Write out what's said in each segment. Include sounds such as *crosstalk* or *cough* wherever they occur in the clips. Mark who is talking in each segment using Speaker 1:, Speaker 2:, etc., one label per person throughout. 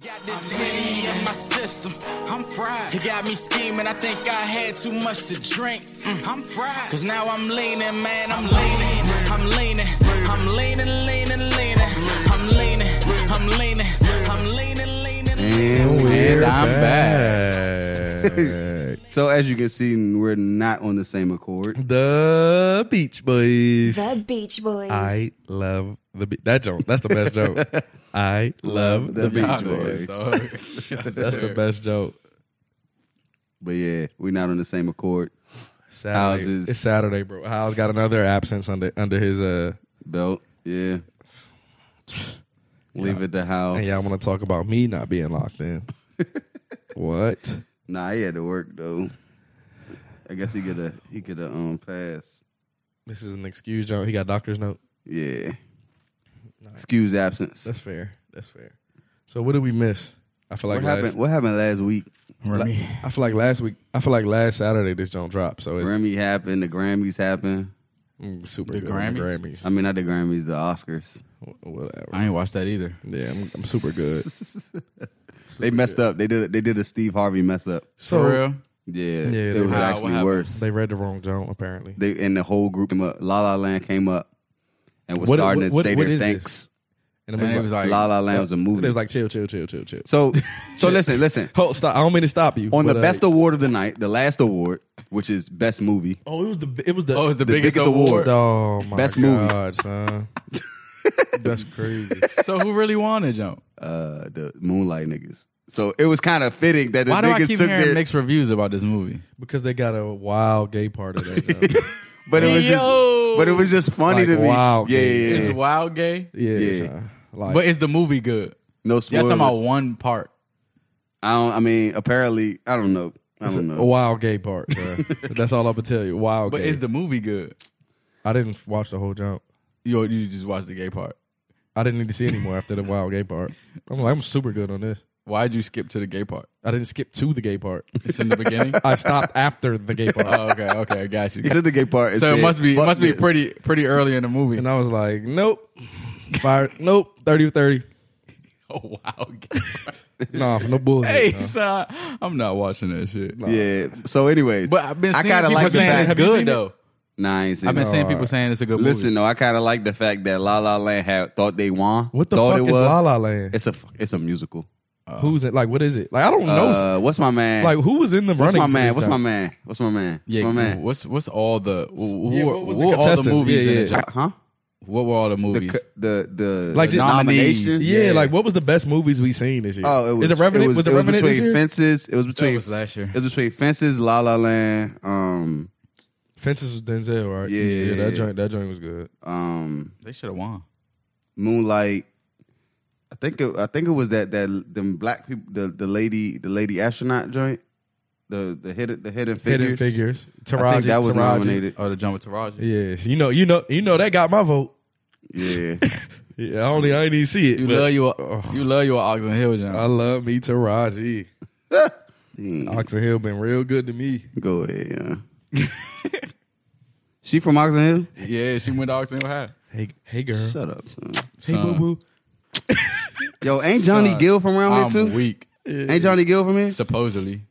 Speaker 1: Got this Henny in my system. I'm fried. It got me scheming. I think I had too much to drink. Mm, I'm fried. Cause now I'm leaning, man. I'm leaning. I'm leaning. I'm leaning, leaning, leaning. I'm leaning. I'm leaning. I'm leaning, leaning, leaning.
Speaker 2: And
Speaker 3: we're
Speaker 2: I'm
Speaker 3: back.
Speaker 2: So as you can see, we're not on the same accord.
Speaker 3: the Beach Boys.
Speaker 4: The Beach Boys.
Speaker 3: I love the Beach. That joke. That's the best *laughs* joke. I love the Beach Boys. *laughs* That's the best joke.
Speaker 2: But yeah, we're not on the same accord.
Speaker 3: Saturday.
Speaker 2: Houses.
Speaker 3: It's Saturday, bro. Howes got another absence under under his uh.
Speaker 2: Belt, yeah. Leave it to house.
Speaker 3: And y'all want to talk about me not being locked *laughs* in? what?
Speaker 2: nah, he had to work though. I guess he could have he could have um pass.
Speaker 3: This is an excuse, John. He got doctor's note.
Speaker 2: Yeah. Excuse absence.
Speaker 3: That's fair. That's fair. So what did we miss? I feel like
Speaker 2: What
Speaker 3: last,
Speaker 2: happened? What happened last week?
Speaker 1: Remy.
Speaker 3: I feel like last week. I feel like last Saturday this don't drop. So it's
Speaker 2: Grammy happened. The Grammys happened.
Speaker 3: mm, super
Speaker 1: The
Speaker 3: good. on the
Speaker 1: Grammys?
Speaker 2: I mean, not the Grammys, the Oscars.
Speaker 3: Grammys. Wh- Whatever.
Speaker 1: I ain't watched that either.
Speaker 3: yeah, I'm, I'm super good.
Speaker 2: They messed up. They did. They did a Steve Harvey mess up.
Speaker 3: So
Speaker 1: For real?
Speaker 2: Yeah,
Speaker 3: Yeah, they-
Speaker 2: it was
Speaker 3: How?
Speaker 1: What
Speaker 2: actually
Speaker 1: happened?
Speaker 2: worse.
Speaker 3: they read the wrong Joan apparently.
Speaker 2: they and the whole group came up. La La Land came up and was
Speaker 3: What-
Speaker 2: starting
Speaker 3: what-
Speaker 2: to say
Speaker 3: what
Speaker 2: their
Speaker 3: is this?
Speaker 2: thanks.
Speaker 3: And
Speaker 1: And it was like,
Speaker 2: La La Land was a movie.
Speaker 3: it was like chill, chill, chill, chill, chill.
Speaker 2: so,
Speaker 1: *laughs*
Speaker 2: so listen, listen.
Speaker 3: Hold, stop. I don't mean to stop you.
Speaker 2: On the
Speaker 3: but, uh,
Speaker 2: best award of the night, the last award, which is best movie,
Speaker 3: Oh, it was the. It was the.
Speaker 1: oh, it's the,
Speaker 2: the
Speaker 1: biggest,
Speaker 2: biggest
Speaker 1: award.
Speaker 2: award.
Speaker 3: Oh my
Speaker 2: Best movie.
Speaker 3: god, son. That's crazy.
Speaker 1: so who really won it, Joe?
Speaker 2: uh, the Moonlight niggas. So it was kind of fitting that the
Speaker 1: Why do I
Speaker 2: niggas
Speaker 1: keep
Speaker 2: took
Speaker 1: hearing
Speaker 2: their,
Speaker 1: mixed reviews about this movie?
Speaker 3: Because they got a wild gay part of that. Joan.
Speaker 2: but it was just,
Speaker 1: Yo!
Speaker 2: but it was just funny
Speaker 3: Like,
Speaker 2: to me.
Speaker 3: wow,
Speaker 2: yeah, yeah,
Speaker 1: It's
Speaker 2: yeah.
Speaker 1: wild gay,
Speaker 3: yeah,
Speaker 2: Yeah.
Speaker 3: son. Like,
Speaker 1: but is the movie good?
Speaker 2: No
Speaker 1: Y'all
Speaker 2: spoilers.
Speaker 1: talking about one part.
Speaker 2: I don't. I mean, apparently, I don't know. I don't
Speaker 1: *laughs*
Speaker 3: a
Speaker 2: know.
Speaker 3: wild gay part. Bro. *laughs* That's all I'm gonna tell you. Wild.
Speaker 1: But
Speaker 3: gay.
Speaker 1: is the movie good?
Speaker 3: I didn't watch the whole jump.
Speaker 1: Yo, you just watched the gay part.
Speaker 3: I didn't need to see anymore after the wild gay part. I'm like, I'm super good on this.
Speaker 1: Why'd you skip to the gay part?
Speaker 3: I didn't skip to the gay part.
Speaker 1: It's in the beginning.
Speaker 3: I stopped after the gay part,
Speaker 1: oh, okay, okay, I got you.
Speaker 2: He took the gay part. and
Speaker 1: So it
Speaker 2: said,
Speaker 1: must be
Speaker 2: "Fuck
Speaker 1: must be
Speaker 2: this."
Speaker 1: pretty pretty early in the movie.
Speaker 3: and I was like, nope, fire, nope, thirty thirty.
Speaker 1: *laughs* Oh wow, gay part.
Speaker 3: Nah, no bullshit.
Speaker 1: hey,
Speaker 3: nah.
Speaker 1: son, I'm not watching that shit.
Speaker 2: Yeah. So anyway,
Speaker 1: But I've been
Speaker 2: I
Speaker 1: seeing
Speaker 2: kinda
Speaker 1: people
Speaker 2: like the fact-
Speaker 1: saying it's
Speaker 2: Have you
Speaker 1: good
Speaker 3: seen it?
Speaker 1: though.
Speaker 2: Nah, I ain't seen
Speaker 1: I've been
Speaker 2: it.
Speaker 1: seeing people saying it's a good
Speaker 2: Listen,
Speaker 1: movie.
Speaker 2: though, I kind of like the fact that La La Land had thought they won.
Speaker 3: What the
Speaker 2: thought
Speaker 3: fuck
Speaker 2: it
Speaker 3: is
Speaker 2: was.
Speaker 3: La La Land?
Speaker 2: It's a it's a musical.
Speaker 3: Who's it? Like, what is it? Like, I don't know.
Speaker 2: Uh, what's my man?
Speaker 3: like, who was in the
Speaker 2: what's
Speaker 3: running?
Speaker 2: my
Speaker 3: for
Speaker 2: man?
Speaker 3: this
Speaker 2: What's
Speaker 3: job?
Speaker 2: my man? What's my man? What's
Speaker 1: Yeah,
Speaker 2: my man?
Speaker 1: what's what's all the who,
Speaker 3: Yeah,
Speaker 1: who,
Speaker 3: what was the
Speaker 1: who are all the
Speaker 3: contestants?
Speaker 1: movies
Speaker 3: Yeah,
Speaker 1: in
Speaker 3: yeah.
Speaker 1: the job?
Speaker 2: Huh?
Speaker 1: What were all the
Speaker 2: The
Speaker 1: movies?
Speaker 2: c- the the
Speaker 3: Like,
Speaker 2: the
Speaker 3: just-
Speaker 1: nominees.
Speaker 2: nominations.
Speaker 3: Yeah, like what was the best movies we seen this year?
Speaker 2: Oh, it was.
Speaker 3: is it Revenant?
Speaker 2: It was,
Speaker 3: the
Speaker 2: it was
Speaker 3: Revenant
Speaker 2: between
Speaker 3: this year?
Speaker 2: Fences. It was between.
Speaker 1: was last year.
Speaker 2: It was between Fences, La La Land, um,
Speaker 3: Fences was Denzel, right?
Speaker 2: Yeah,
Speaker 3: yeah,
Speaker 2: yeah,
Speaker 3: that
Speaker 2: yeah.
Speaker 3: joint, that joint was good.
Speaker 2: um,
Speaker 1: they should have won.
Speaker 2: Moonlight. I think it, I think it was that that them black people the, the lady the lady astronaut joint the the hidden the hidden figures
Speaker 3: Hidden Figures, Taraji,
Speaker 2: I think that was
Speaker 3: Taraji.
Speaker 2: nominated
Speaker 1: Oh, the John with Taraji.
Speaker 3: Yes, you know, you know, you know that got my vote.
Speaker 2: Yeah.
Speaker 3: Yeah, I only I didn't even see it.
Speaker 1: You
Speaker 3: but Uh,
Speaker 1: love you, uh, you love your Oxen Hill, John.
Speaker 3: I love me Taraji.
Speaker 2: Mm,
Speaker 3: Oxon Hill been real good to me.
Speaker 2: Go ahead. Yeah. *laughs* she from Oxon Hill?
Speaker 1: yeah, she went to Oxen Hill High.
Speaker 3: Hey, hey, girl.
Speaker 2: Shut up. son.
Speaker 3: hey,
Speaker 1: son.
Speaker 3: boo boo.
Speaker 2: Yo, ain't Johnny
Speaker 1: Son,
Speaker 2: Gill from around
Speaker 1: I'm
Speaker 2: here too?
Speaker 1: weak,
Speaker 2: Ain't Johnny Gill from here?
Speaker 1: supposedly.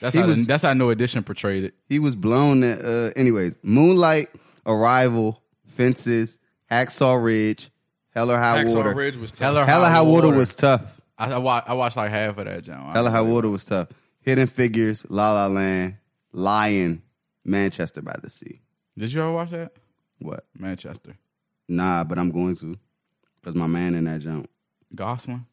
Speaker 1: That's
Speaker 2: He
Speaker 1: how
Speaker 2: was-
Speaker 1: the, that's how No Edition portrayed it.
Speaker 2: He was blown. At, uh, anyways, Moonlight, Arrival, Fences, Hacksaw Ridge, Hell or High Water.
Speaker 3: Ridge was tough.
Speaker 1: Hell or
Speaker 2: Hell or High Water was tough.
Speaker 1: I, I, watched, I watched like half of that, John.
Speaker 2: Hell or High Water was tough. Hidden Figures, La La Land, Lion, Manchester by the Sea.
Speaker 1: Did you ever watch that?
Speaker 2: What?
Speaker 1: Manchester.
Speaker 2: Nah, but I'm going to. Because my man in that jump.
Speaker 1: Gosling.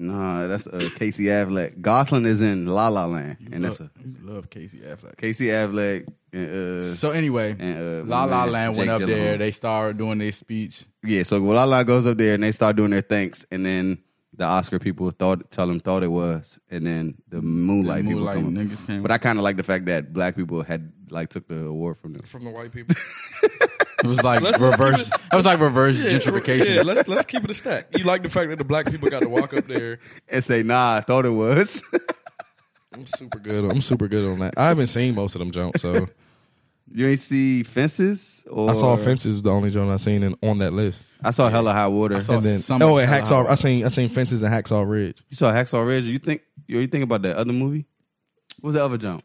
Speaker 2: Nah, that's uh, Casey Affleck. Gosling is in La La Land, and that's a,
Speaker 1: love, you love Casey Affleck.
Speaker 2: Casey Affleck. And, uh,
Speaker 1: So anyway,
Speaker 2: and, uh,
Speaker 1: La La
Speaker 2: my man,
Speaker 1: Land went
Speaker 2: Jake
Speaker 1: up there.
Speaker 2: Gyllenhaal.
Speaker 1: They started doing their speech.
Speaker 2: yeah, so La La goes up there and they start doing their thanks, and then the Oscar people thought tell them thought it was, and then the Moonlight,
Speaker 1: Moonlight
Speaker 2: people come. up.
Speaker 1: niggas came.
Speaker 2: But I kind of like the fact that black people had like took the award from them.
Speaker 3: from the white people.
Speaker 1: It was
Speaker 3: *laughs*
Speaker 1: like reverse. It was like reverse gentrification.
Speaker 3: Yeah, let's let's keep it a stack. You like the fact that the black people got to walk up there.
Speaker 2: And say, nah, I thought it was. *laughs*
Speaker 3: I'm super good. on- I'm super good on that. I haven't seen most of them jump, so
Speaker 2: You ain't see fences? Or
Speaker 3: I saw Fences was the only joint I seen in, on that list.
Speaker 2: I saw Hella High Water.
Speaker 3: I and then
Speaker 4: some-
Speaker 3: oh, and Hacksaw. I seen I seen Fences and Hacksaw Ridge.
Speaker 2: you saw Hacksaw Ridge. You think you think about that other movie? What was the other joint?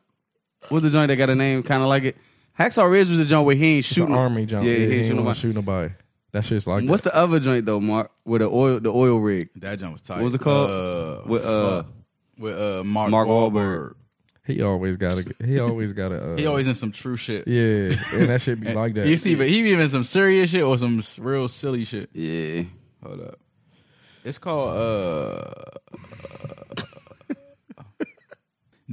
Speaker 2: What was the joint that got a name kind of like it? Hacksaw Ridge was the joint where he ain't
Speaker 3: It's an
Speaker 2: shooting
Speaker 3: army joint.
Speaker 2: Yeah,
Speaker 3: Yeah,
Speaker 2: he ain't
Speaker 3: he
Speaker 2: shooting
Speaker 3: ain't want
Speaker 2: nobody.
Speaker 3: to shoot nobody. That shit's like
Speaker 2: What's
Speaker 3: that.
Speaker 2: the other joint though, Mark? With the oil, the oil rig.
Speaker 4: That jump was tight.
Speaker 2: What was it called?
Speaker 4: Uh,
Speaker 2: With, uh,
Speaker 4: fuck. with uh, Mark,
Speaker 2: Mark
Speaker 4: Wahlberg.
Speaker 3: he always got to. He always got to. Uh,
Speaker 4: He always in some true shit.
Speaker 3: yeah, and that shit be *laughs* like that.
Speaker 4: You see, but he be in some serious shit or some s- real silly shit.
Speaker 2: Yeah.
Speaker 4: Hold up. It's called uh,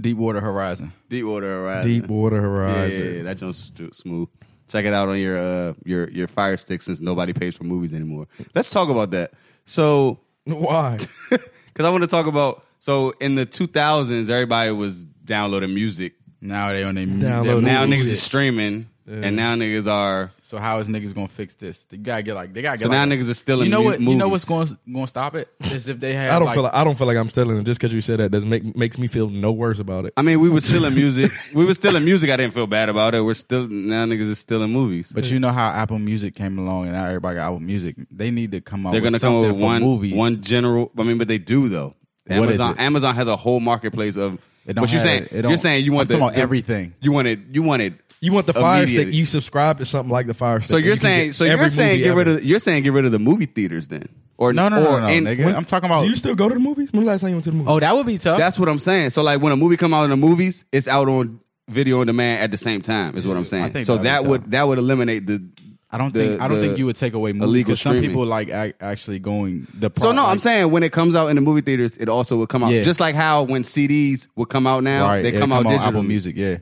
Speaker 4: Deepwater Horizon.
Speaker 2: Deepwater Horizon.
Speaker 3: Deep Water
Speaker 2: Yeah,
Speaker 3: Horizon.
Speaker 2: yeah, that joint's stu- smooth. Check it out on your uh your your Fire Stick since nobody pays for movies anymore. Let's talk about that. So,
Speaker 3: *laughs*
Speaker 2: *laughs*
Speaker 3: Why?
Speaker 2: because I want to talk about so in the 2000s, everybody was downloading music.
Speaker 4: Now they on their
Speaker 3: Download
Speaker 2: Now
Speaker 3: Ooh,
Speaker 2: niggas
Speaker 3: shit.
Speaker 2: is streaming, and now niggas are
Speaker 4: So how is niggas gonna fix this? They gotta get like they gotta get.
Speaker 2: so
Speaker 4: like,
Speaker 2: now niggas are still in
Speaker 4: you know
Speaker 2: mu-
Speaker 4: what? You know
Speaker 2: movies.
Speaker 4: what's going going to
Speaker 2: *laughs*
Speaker 4: stop it is if they have.
Speaker 3: I don't
Speaker 4: like,
Speaker 3: feel. Like, I don't feel like I'm stealing it just because you said that. Doesn't make makes me feel no worse about it.
Speaker 2: I mean, we were still
Speaker 4: *laughs*
Speaker 2: in music. we were still in music. I didn't feel bad about it. We're still now niggas is still in movies.
Speaker 4: But you know how Apple Music came along and now everybody got Apple Music. They need to come up.
Speaker 2: They're gonna
Speaker 4: with
Speaker 2: come
Speaker 4: something
Speaker 2: with
Speaker 4: for
Speaker 2: one
Speaker 4: movies.
Speaker 2: one general. I mean, but they do though.
Speaker 4: What is
Speaker 2: Amazon
Speaker 4: it?
Speaker 2: Amazon has a whole marketplace of. But
Speaker 4: It don't
Speaker 2: you're
Speaker 4: have
Speaker 2: saying
Speaker 4: it. It
Speaker 2: you're
Speaker 4: don't-
Speaker 2: saying you want
Speaker 4: I'm talking
Speaker 2: the-
Speaker 4: about
Speaker 2: the-
Speaker 4: everything.
Speaker 2: You wanted you wanted
Speaker 3: You want the Fire Stick?
Speaker 2: Immediately.
Speaker 3: You subscribe to something like the Fire Stick.
Speaker 2: so
Speaker 3: You
Speaker 2: you're
Speaker 3: can
Speaker 2: saying
Speaker 3: get
Speaker 2: so you're
Speaker 3: every
Speaker 2: saying
Speaker 3: movie
Speaker 2: get rid
Speaker 3: ever.
Speaker 2: of you're saying get rid of the movie theaters then or
Speaker 4: No, no, no,
Speaker 2: or
Speaker 4: no, no,
Speaker 2: in-
Speaker 4: nigga. I'm talking about.
Speaker 3: Do you still go to the movies? When the last time you went to the movies?
Speaker 4: oh, that would be tough.
Speaker 2: that's what I'm saying. So like when a movie come out in the movies, it's out on video on demand at the same time. Is what I'm
Speaker 4: I
Speaker 2: saying.
Speaker 4: think
Speaker 2: So
Speaker 4: that'd be
Speaker 2: that
Speaker 4: tough.
Speaker 2: would that would eliminate the.
Speaker 4: I don't
Speaker 2: the-
Speaker 4: think I don't
Speaker 2: the
Speaker 4: think you would take away movies.
Speaker 2: illegal
Speaker 4: 'cause Some
Speaker 2: streaming.
Speaker 4: people like ac- actually going the. Pro,
Speaker 2: So no, I'm
Speaker 4: like-
Speaker 2: saying when it comes out in the movie theaters, it also would come out
Speaker 4: Yeah.
Speaker 2: just like how when CDs would come out now,
Speaker 4: right.
Speaker 2: they
Speaker 4: it'll
Speaker 2: come out
Speaker 4: on
Speaker 2: digitally.
Speaker 4: Apple Music, yeah,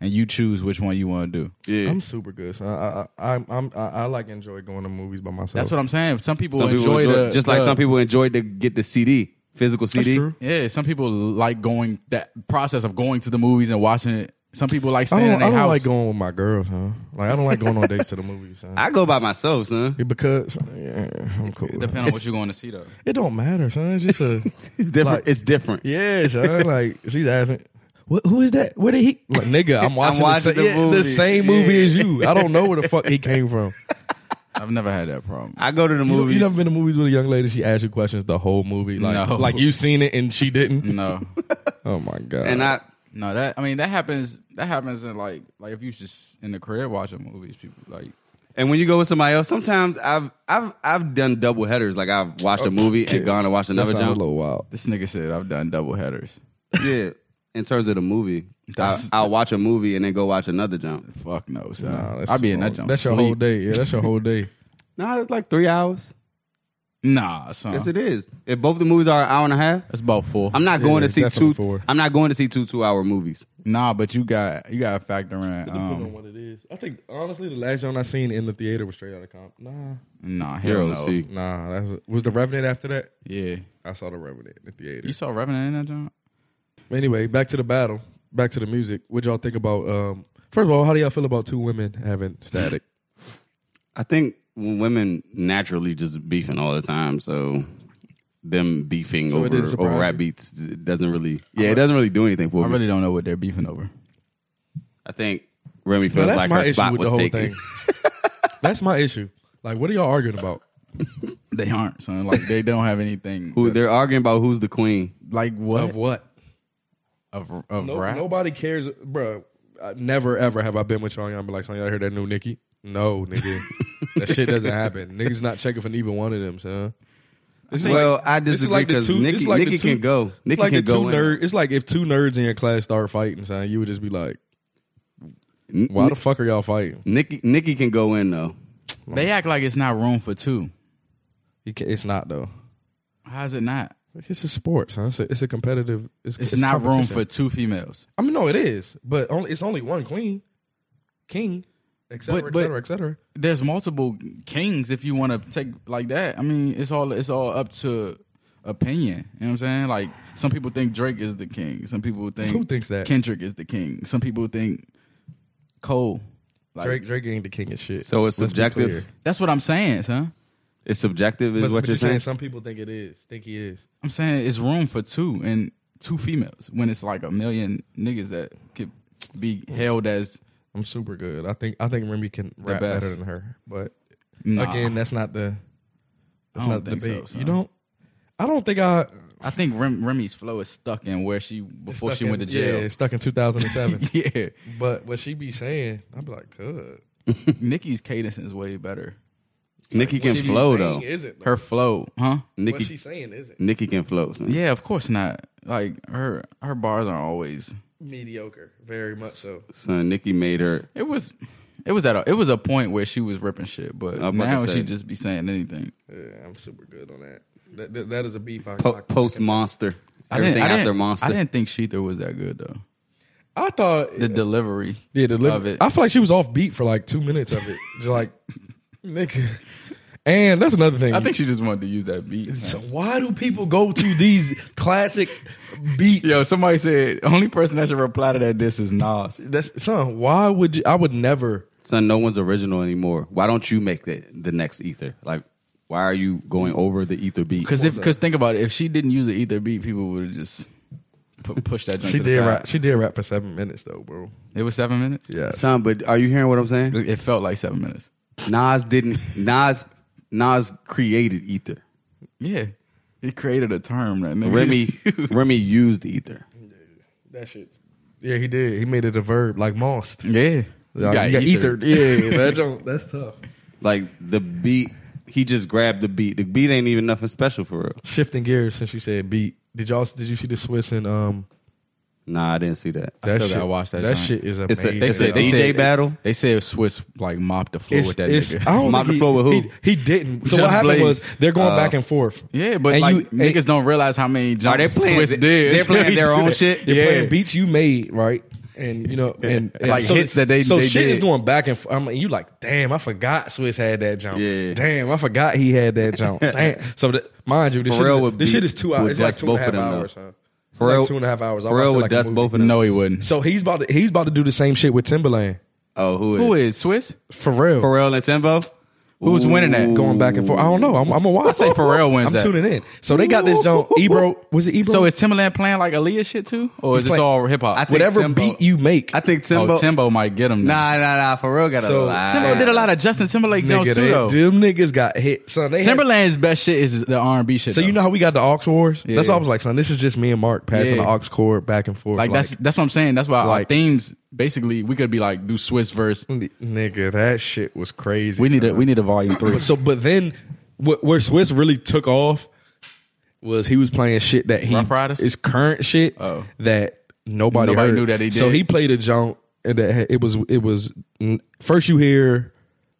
Speaker 4: and you choose which one you want to do.
Speaker 2: Yeah.
Speaker 3: I'm super good. So I, I, I, I'm, I'm, I, I like enjoy going to movies by myself.
Speaker 4: That's what I'm saying. Some people
Speaker 2: Some
Speaker 4: enjoy,
Speaker 2: people enjoy
Speaker 4: the
Speaker 2: just like
Speaker 4: the-
Speaker 2: some people enjoy to get the CD, physical
Speaker 3: That's
Speaker 2: CD.
Speaker 3: true.
Speaker 4: Yeah, some people like going that process of going to the movies and watching it. Some people like
Speaker 3: I
Speaker 4: staying in
Speaker 3: don't, I
Speaker 4: their
Speaker 3: don't
Speaker 4: house.
Speaker 3: like going with my girls, huh? Like I don't like going on dates to the movies, huh?
Speaker 2: *laughs* I go by myself, son.
Speaker 3: It because yeah, I'm cool.
Speaker 4: It Depending on what you're going to see, though.
Speaker 3: It don't matter, son. It's just a
Speaker 2: *laughs* *laughs* It's different.
Speaker 3: Like-
Speaker 2: it's different.
Speaker 3: yeah, son. Like she's asking, what, who is that? Where did he? Like, nigga, I'm watching,
Speaker 2: watching the
Speaker 3: the, sa- yeah, the
Speaker 2: movie.
Speaker 3: same movie as you. I don't know where the fuck he came from.
Speaker 4: I've never had that problem.
Speaker 2: I go to the
Speaker 3: You,
Speaker 2: movies.
Speaker 3: you never been to movies with a young lady? She asked you questions the whole movie, like
Speaker 4: No.
Speaker 3: like you seen it and she didn't.
Speaker 4: *laughs* No,
Speaker 3: Oh my god!
Speaker 2: and I
Speaker 4: no, that I mean that happens. That happens in like like if you just in the crib watching movies, people like
Speaker 2: and when you go with somebody else, sometimes I've I've I've done double headers. Like I've watched a movie and gone to watch
Speaker 3: that
Speaker 2: another
Speaker 3: sound a
Speaker 2: jump.
Speaker 3: little wild.
Speaker 4: this nigga said I've done double headers.
Speaker 2: Yeah. In terms of the movie, I,
Speaker 4: That's-
Speaker 2: I'll watch a movie and then go watch another jump.
Speaker 4: Fuck no, son.
Speaker 3: Nah, that's
Speaker 4: I be in
Speaker 3: too
Speaker 4: that
Speaker 3: long.
Speaker 4: jump.
Speaker 3: That's
Speaker 4: sleep.
Speaker 3: your whole day. Yeah, that's your whole day.
Speaker 2: Nah, it's like three hours.
Speaker 4: Nah, son.
Speaker 3: Uh-huh.
Speaker 2: Yes, it is. If both the movies are an hour and a half,
Speaker 4: That's about four.
Speaker 2: I'm not going to
Speaker 3: it's
Speaker 2: see
Speaker 3: definitely
Speaker 2: two.
Speaker 3: four.
Speaker 2: I'm not going to see two two hour movies.
Speaker 4: nah, but you got you got to factor in.
Speaker 3: Depending on
Speaker 4: Um,
Speaker 3: what it is. I think honestly, the last joint I seen in the theater was straight out of comp. Nah,
Speaker 4: nah, hell no.
Speaker 2: see.
Speaker 3: nah. That was, was the Revenant after that.
Speaker 4: Yeah,
Speaker 3: I saw the Revenant in the theater.
Speaker 4: you saw Revenant in that jump.
Speaker 3: Anyway, back to the battle. Back to the music. What y'all think about? Um, first of all, how do y'all feel about two women having static?
Speaker 2: I think women naturally just beefing all the time, so them beefing
Speaker 3: So it
Speaker 2: over
Speaker 3: didn't surprise
Speaker 2: over rap
Speaker 3: you?
Speaker 2: beats doesn't really yeah it doesn't really do anything for
Speaker 4: I
Speaker 2: me.
Speaker 4: really don't know what they're beefing over.
Speaker 2: I think Remy *laughs*
Speaker 3: Now,
Speaker 2: feels like her spot was taken.
Speaker 3: that's my issue. Like, what are y'all arguing about?
Speaker 4: They aren't, son. Like they don't have anything.
Speaker 2: Who they're arguing about who's the queen?
Speaker 4: like what
Speaker 3: Of what?
Speaker 4: of of
Speaker 3: No,
Speaker 4: rap?
Speaker 3: nobody cares, bro. I never ever have I been with y'all. and Y'all be like, "Son, y'all heard that new Nicki?" No,
Speaker 4: *laughs*
Speaker 3: nigga, that shit doesn't happen. Niggas not checking for neither one of them, son. This is
Speaker 2: Well, I
Speaker 3: this is
Speaker 2: disagree
Speaker 3: the
Speaker 2: 'cause
Speaker 3: two-
Speaker 2: Nicki-
Speaker 3: this is the
Speaker 2: Nicki
Speaker 3: two-
Speaker 2: can go.
Speaker 3: it's
Speaker 2: Nicki
Speaker 3: like the
Speaker 2: can go
Speaker 3: two
Speaker 2: in.
Speaker 3: nerd- It's like if two nerds in your class start fighting, son, you would just be like,
Speaker 2: N-
Speaker 3: "Why the fuck are y'all fighting?"
Speaker 2: Nicki Nicki can go in though.
Speaker 4: They act like it's not room for two.
Speaker 3: You ca- It's not though.
Speaker 4: How's it not?
Speaker 3: Like, It's a sport, son. It's a, it's a competitive. It's,
Speaker 4: It's, not room
Speaker 3: competition.
Speaker 4: for two females.
Speaker 3: I mean, no, it is, but only it's only one queen, king, etc.,
Speaker 4: But- but-
Speaker 3: etc., etc.
Speaker 4: There's multiple kings if you want to take like that. I mean, it's all it's all up to opinion. You know what I'm saying? Like some people think Drake is the king. Some people think
Speaker 3: Who thinks that?
Speaker 4: Kendrick is the king. Some people think Cole. Like
Speaker 3: Drake, Drake ain't the king of shit.
Speaker 2: So it's
Speaker 3: Let's be
Speaker 2: subjective?
Speaker 3: clear.
Speaker 4: that's what I'm saying, son.
Speaker 2: It's subjective, is
Speaker 3: But-
Speaker 2: what
Speaker 3: but
Speaker 2: you're saying.
Speaker 3: Some people think it is. Think he is.
Speaker 4: I'm saying it's room for two and two females when it's like a million niggas that could be held as
Speaker 3: I'm super good. I think I think Remy can rap
Speaker 4: best.
Speaker 3: better than her. But
Speaker 4: Nah.
Speaker 3: again, that's not the that's
Speaker 4: I don't
Speaker 3: not the
Speaker 4: think so,
Speaker 3: debate.
Speaker 4: son.
Speaker 3: you don't. I don't think I
Speaker 4: I think Rem, Remy's flow is stuck in where she before
Speaker 3: stuck
Speaker 4: she went to
Speaker 3: in- Yeah,
Speaker 4: jail.
Speaker 3: stuck
Speaker 2: *laughs*
Speaker 3: in 2007.
Speaker 4: *laughs* Yeah,
Speaker 3: but what she be saying, I'd be like, good.
Speaker 4: Nikki's cadence is way better.
Speaker 2: Nikki
Speaker 3: What
Speaker 2: can
Speaker 3: she be
Speaker 2: flow
Speaker 3: saying
Speaker 2: though.
Speaker 3: Isn't
Speaker 4: Her flow, huh?
Speaker 3: what
Speaker 2: Nikki
Speaker 3: she's saying isn't
Speaker 2: Nikki can flow. son.
Speaker 4: Mm. Yeah, of course not. Like her her bars aren't always.
Speaker 3: mediocre, very much so.
Speaker 2: Son, Nikki made her.
Speaker 4: It was it was at a it was a point where she was ripping shit, but
Speaker 2: I'm about to
Speaker 4: now
Speaker 2: say.
Speaker 4: she just be saying anything.
Speaker 3: Yeah, I'm super good on that. That that, that is a beef. I,
Speaker 2: Po-
Speaker 3: I-
Speaker 2: post monster.
Speaker 4: I didn't-
Speaker 2: Everything
Speaker 4: I
Speaker 2: after
Speaker 4: didn't-
Speaker 2: monster.
Speaker 4: I didn't think Sheether was that good though.
Speaker 3: I thought
Speaker 4: The delivery,
Speaker 3: Yeah, the lip,
Speaker 4: of it.
Speaker 3: I feel like she was off beat for like two minutes of it. Just like, *laughs* nigga. And that's another thing.
Speaker 4: I think she just wanted to use that beat.
Speaker 3: So why do people go to these classic beats?
Speaker 4: Yo, somebody said only person that should reply to that diss is Nas.
Speaker 3: that's son. Why would you? I would never.
Speaker 2: Son, no one's original anymore. Why don't you make the, the next ether? Like, why are you going over the ether beat?
Speaker 4: Because if because think about it, if she didn't use the ether beat, people would have just pu- pushed that. Joint
Speaker 3: She
Speaker 4: to the
Speaker 3: did
Speaker 4: side.
Speaker 3: rap. She did rap for seven minutes though, bro.
Speaker 4: It was seven minutes.
Speaker 3: Yeah.
Speaker 2: son, but are you hearing what I'm saying?
Speaker 4: It felt like seven minutes.
Speaker 2: Nas didn't. Nas Nas created ether.
Speaker 4: Yeah, it created a term that nigga *laughs*
Speaker 2: Remy
Speaker 4: used.
Speaker 2: Remy used ether.
Speaker 3: That shit. Yeah, he did. He made it a verb like mossed.
Speaker 4: yeah, you
Speaker 3: Like, you ethered.
Speaker 4: ethered. *laughs*
Speaker 3: Yeah, that joint- that's tough.
Speaker 2: Like the beat, he just grabbed the beat. The beat ain't even nothing special for real.
Speaker 3: Shifting gears since you said beat. Did y'all? Did you see the Swiss and um?
Speaker 2: Nah, I didn't see that.
Speaker 4: I still gotta watch that
Speaker 3: That
Speaker 4: joint.
Speaker 3: shit is
Speaker 2: It's a-
Speaker 3: amazing.
Speaker 4: They
Speaker 2: Is it
Speaker 4: said they
Speaker 2: DJ
Speaker 4: said-
Speaker 2: battle?
Speaker 4: They said Swiss like mopped the floor
Speaker 3: E It's-
Speaker 4: with that
Speaker 3: it's-
Speaker 4: nigga.
Speaker 3: I don't
Speaker 2: Mopped
Speaker 3: think
Speaker 2: the floor with who?
Speaker 3: He, he didn't. So
Speaker 4: Just
Speaker 3: what happened
Speaker 4: Blaze.
Speaker 3: was they're going
Speaker 2: Uh,
Speaker 3: back and forth.
Speaker 4: *laughs* Yeah, but
Speaker 3: And
Speaker 4: like
Speaker 3: you-
Speaker 4: niggas *laughs* don't realize how many jumps
Speaker 2: Are they playing-
Speaker 4: Swiss
Speaker 2: they-
Speaker 4: did. *laughs*
Speaker 2: they're
Speaker 3: *laughs*
Speaker 4: until
Speaker 2: playing
Speaker 4: he
Speaker 2: their
Speaker 4: do
Speaker 2: own
Speaker 4: that.
Speaker 2: shit?
Speaker 3: They're
Speaker 4: yeah,
Speaker 3: playing beats you made, right? And you know, and, and
Speaker 4: Like hits that they-
Speaker 3: so
Speaker 4: they
Speaker 3: shit
Speaker 4: did.
Speaker 3: is going back and forth. I mean, you like, damn, I forgot Swiss had that jump.
Speaker 2: Yeah.
Speaker 3: Damn, I forgot he had that
Speaker 2: *laughs*
Speaker 3: jump. damn. So the, mind you, this, shit
Speaker 2: Pharrell
Speaker 3: is,
Speaker 2: would
Speaker 3: this
Speaker 2: be-
Speaker 3: shit is two hours.
Speaker 2: would
Speaker 3: It's like
Speaker 2: flex
Speaker 3: two and a
Speaker 2: both
Speaker 3: half
Speaker 2: of them,
Speaker 3: hours.
Speaker 2: though.
Speaker 3: huh? It's
Speaker 2: Pharrell
Speaker 3: like two and a half hours. I watched it
Speaker 2: Pharrell would
Speaker 3: like a
Speaker 2: dust
Speaker 3: movie.
Speaker 2: both of them.
Speaker 4: No, he wouldn't.
Speaker 3: So he's about to he's about to do the same shit with Timberland.
Speaker 2: Oh, who is
Speaker 4: Who is Swiss?
Speaker 3: Pharrell.
Speaker 2: Pharrell and Timbo?
Speaker 4: Who's winning that?
Speaker 3: going back and forth. I don't know. I'm, I'm a watch.
Speaker 4: I say Pharrell
Speaker 3: *laughs*
Speaker 4: wins
Speaker 3: I'm
Speaker 4: that.
Speaker 3: tuning in. So they got this joint. Ebro was it Ebro?
Speaker 4: So is Timbaland playing like Aaliyah shit too, or
Speaker 3: He's
Speaker 4: is this
Speaker 3: playing-
Speaker 4: all hip
Speaker 2: I
Speaker 4: hop?
Speaker 2: think
Speaker 3: whatever
Speaker 2: Timbo-
Speaker 3: beat you make.
Speaker 2: I think Timbo.
Speaker 4: oh, Timbo might get him. now.
Speaker 2: Nah, nah, nah. Pharrell got a
Speaker 3: So-
Speaker 2: lot.
Speaker 4: Timbo did a lot of Justin Timberlake
Speaker 3: Nigga,
Speaker 4: Jones
Speaker 3: they-
Speaker 4: too though.
Speaker 3: them niggas got hit, son. They had-
Speaker 4: Timberland's best shit is the R and B shit.
Speaker 3: so you
Speaker 4: though.
Speaker 3: know how we got the aux wars? That's
Speaker 4: Yeah.
Speaker 3: why I was like, son, this is just me and Mark passing
Speaker 4: Yeah.
Speaker 3: the aux cord back and forth.
Speaker 4: like, that's that's what I'm saying. That's why our
Speaker 3: Like-
Speaker 4: themes basically we could be like do Swiss verse.
Speaker 3: N- nigga, that shit was crazy.
Speaker 4: We need a
Speaker 3: son.
Speaker 4: we need a volume three.
Speaker 3: so, but then what, where Swiss really took off was he was playing shit that he
Speaker 4: Rough Riders?
Speaker 3: his current shit
Speaker 4: Oh.
Speaker 3: that nobody,
Speaker 4: Nobody
Speaker 3: heard.
Speaker 4: knew that he
Speaker 3: So
Speaker 4: did.
Speaker 3: he played a junk and that had- it was it was first you hear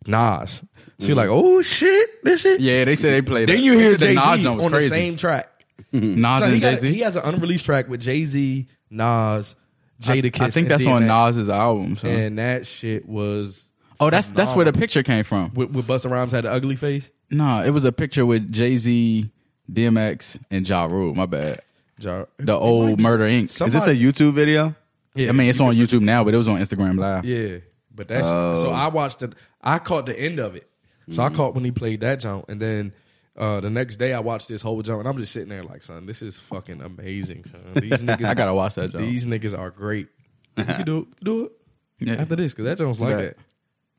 Speaker 3: Nas, so you're like, oh shit, this shit.
Speaker 4: *laughs* Mm-hmm. yeah, they said they played.
Speaker 3: Then
Speaker 4: it.
Speaker 3: you
Speaker 4: They
Speaker 3: hear
Speaker 4: said the
Speaker 3: Jay Z
Speaker 4: Nas joint was
Speaker 3: on the
Speaker 4: crazy.
Speaker 3: same track.
Speaker 4: Nas
Speaker 3: So he,
Speaker 4: and Jay
Speaker 3: got, he
Speaker 4: Z.
Speaker 3: has an unreleased track with Jay Z, Nas, Jada Kiss.
Speaker 4: I think
Speaker 3: and
Speaker 4: that's on
Speaker 3: DMX.
Speaker 4: Nas's album. So.
Speaker 3: And that shit was
Speaker 4: oh, that's that's where the picture came from.
Speaker 3: with, with Busta Rhymes had the ugly face.
Speaker 4: Nah, it was a picture with Jay Z, DMX, and Ja Rule. My bad.
Speaker 3: Ja-
Speaker 4: The old Murder Inc.
Speaker 2: Is this a YouTube video?
Speaker 3: Yeah,
Speaker 4: I mean, it's on YouTube now, but it was on Instagram Live.
Speaker 3: yeah. But that's so I watched it. I caught the end of it. So I caught when he played that jump, and then uh, the next day I watched this whole jump, and I'm just sitting there like, son, this is fucking amazing.
Speaker 4: *laughs*
Speaker 3: Son. These niggas,
Speaker 4: I gotta watch that joint.
Speaker 3: These niggas are great. You can do it. Do it.
Speaker 4: Yeah.
Speaker 3: After this, because that Jones like
Speaker 4: Yeah.
Speaker 3: that.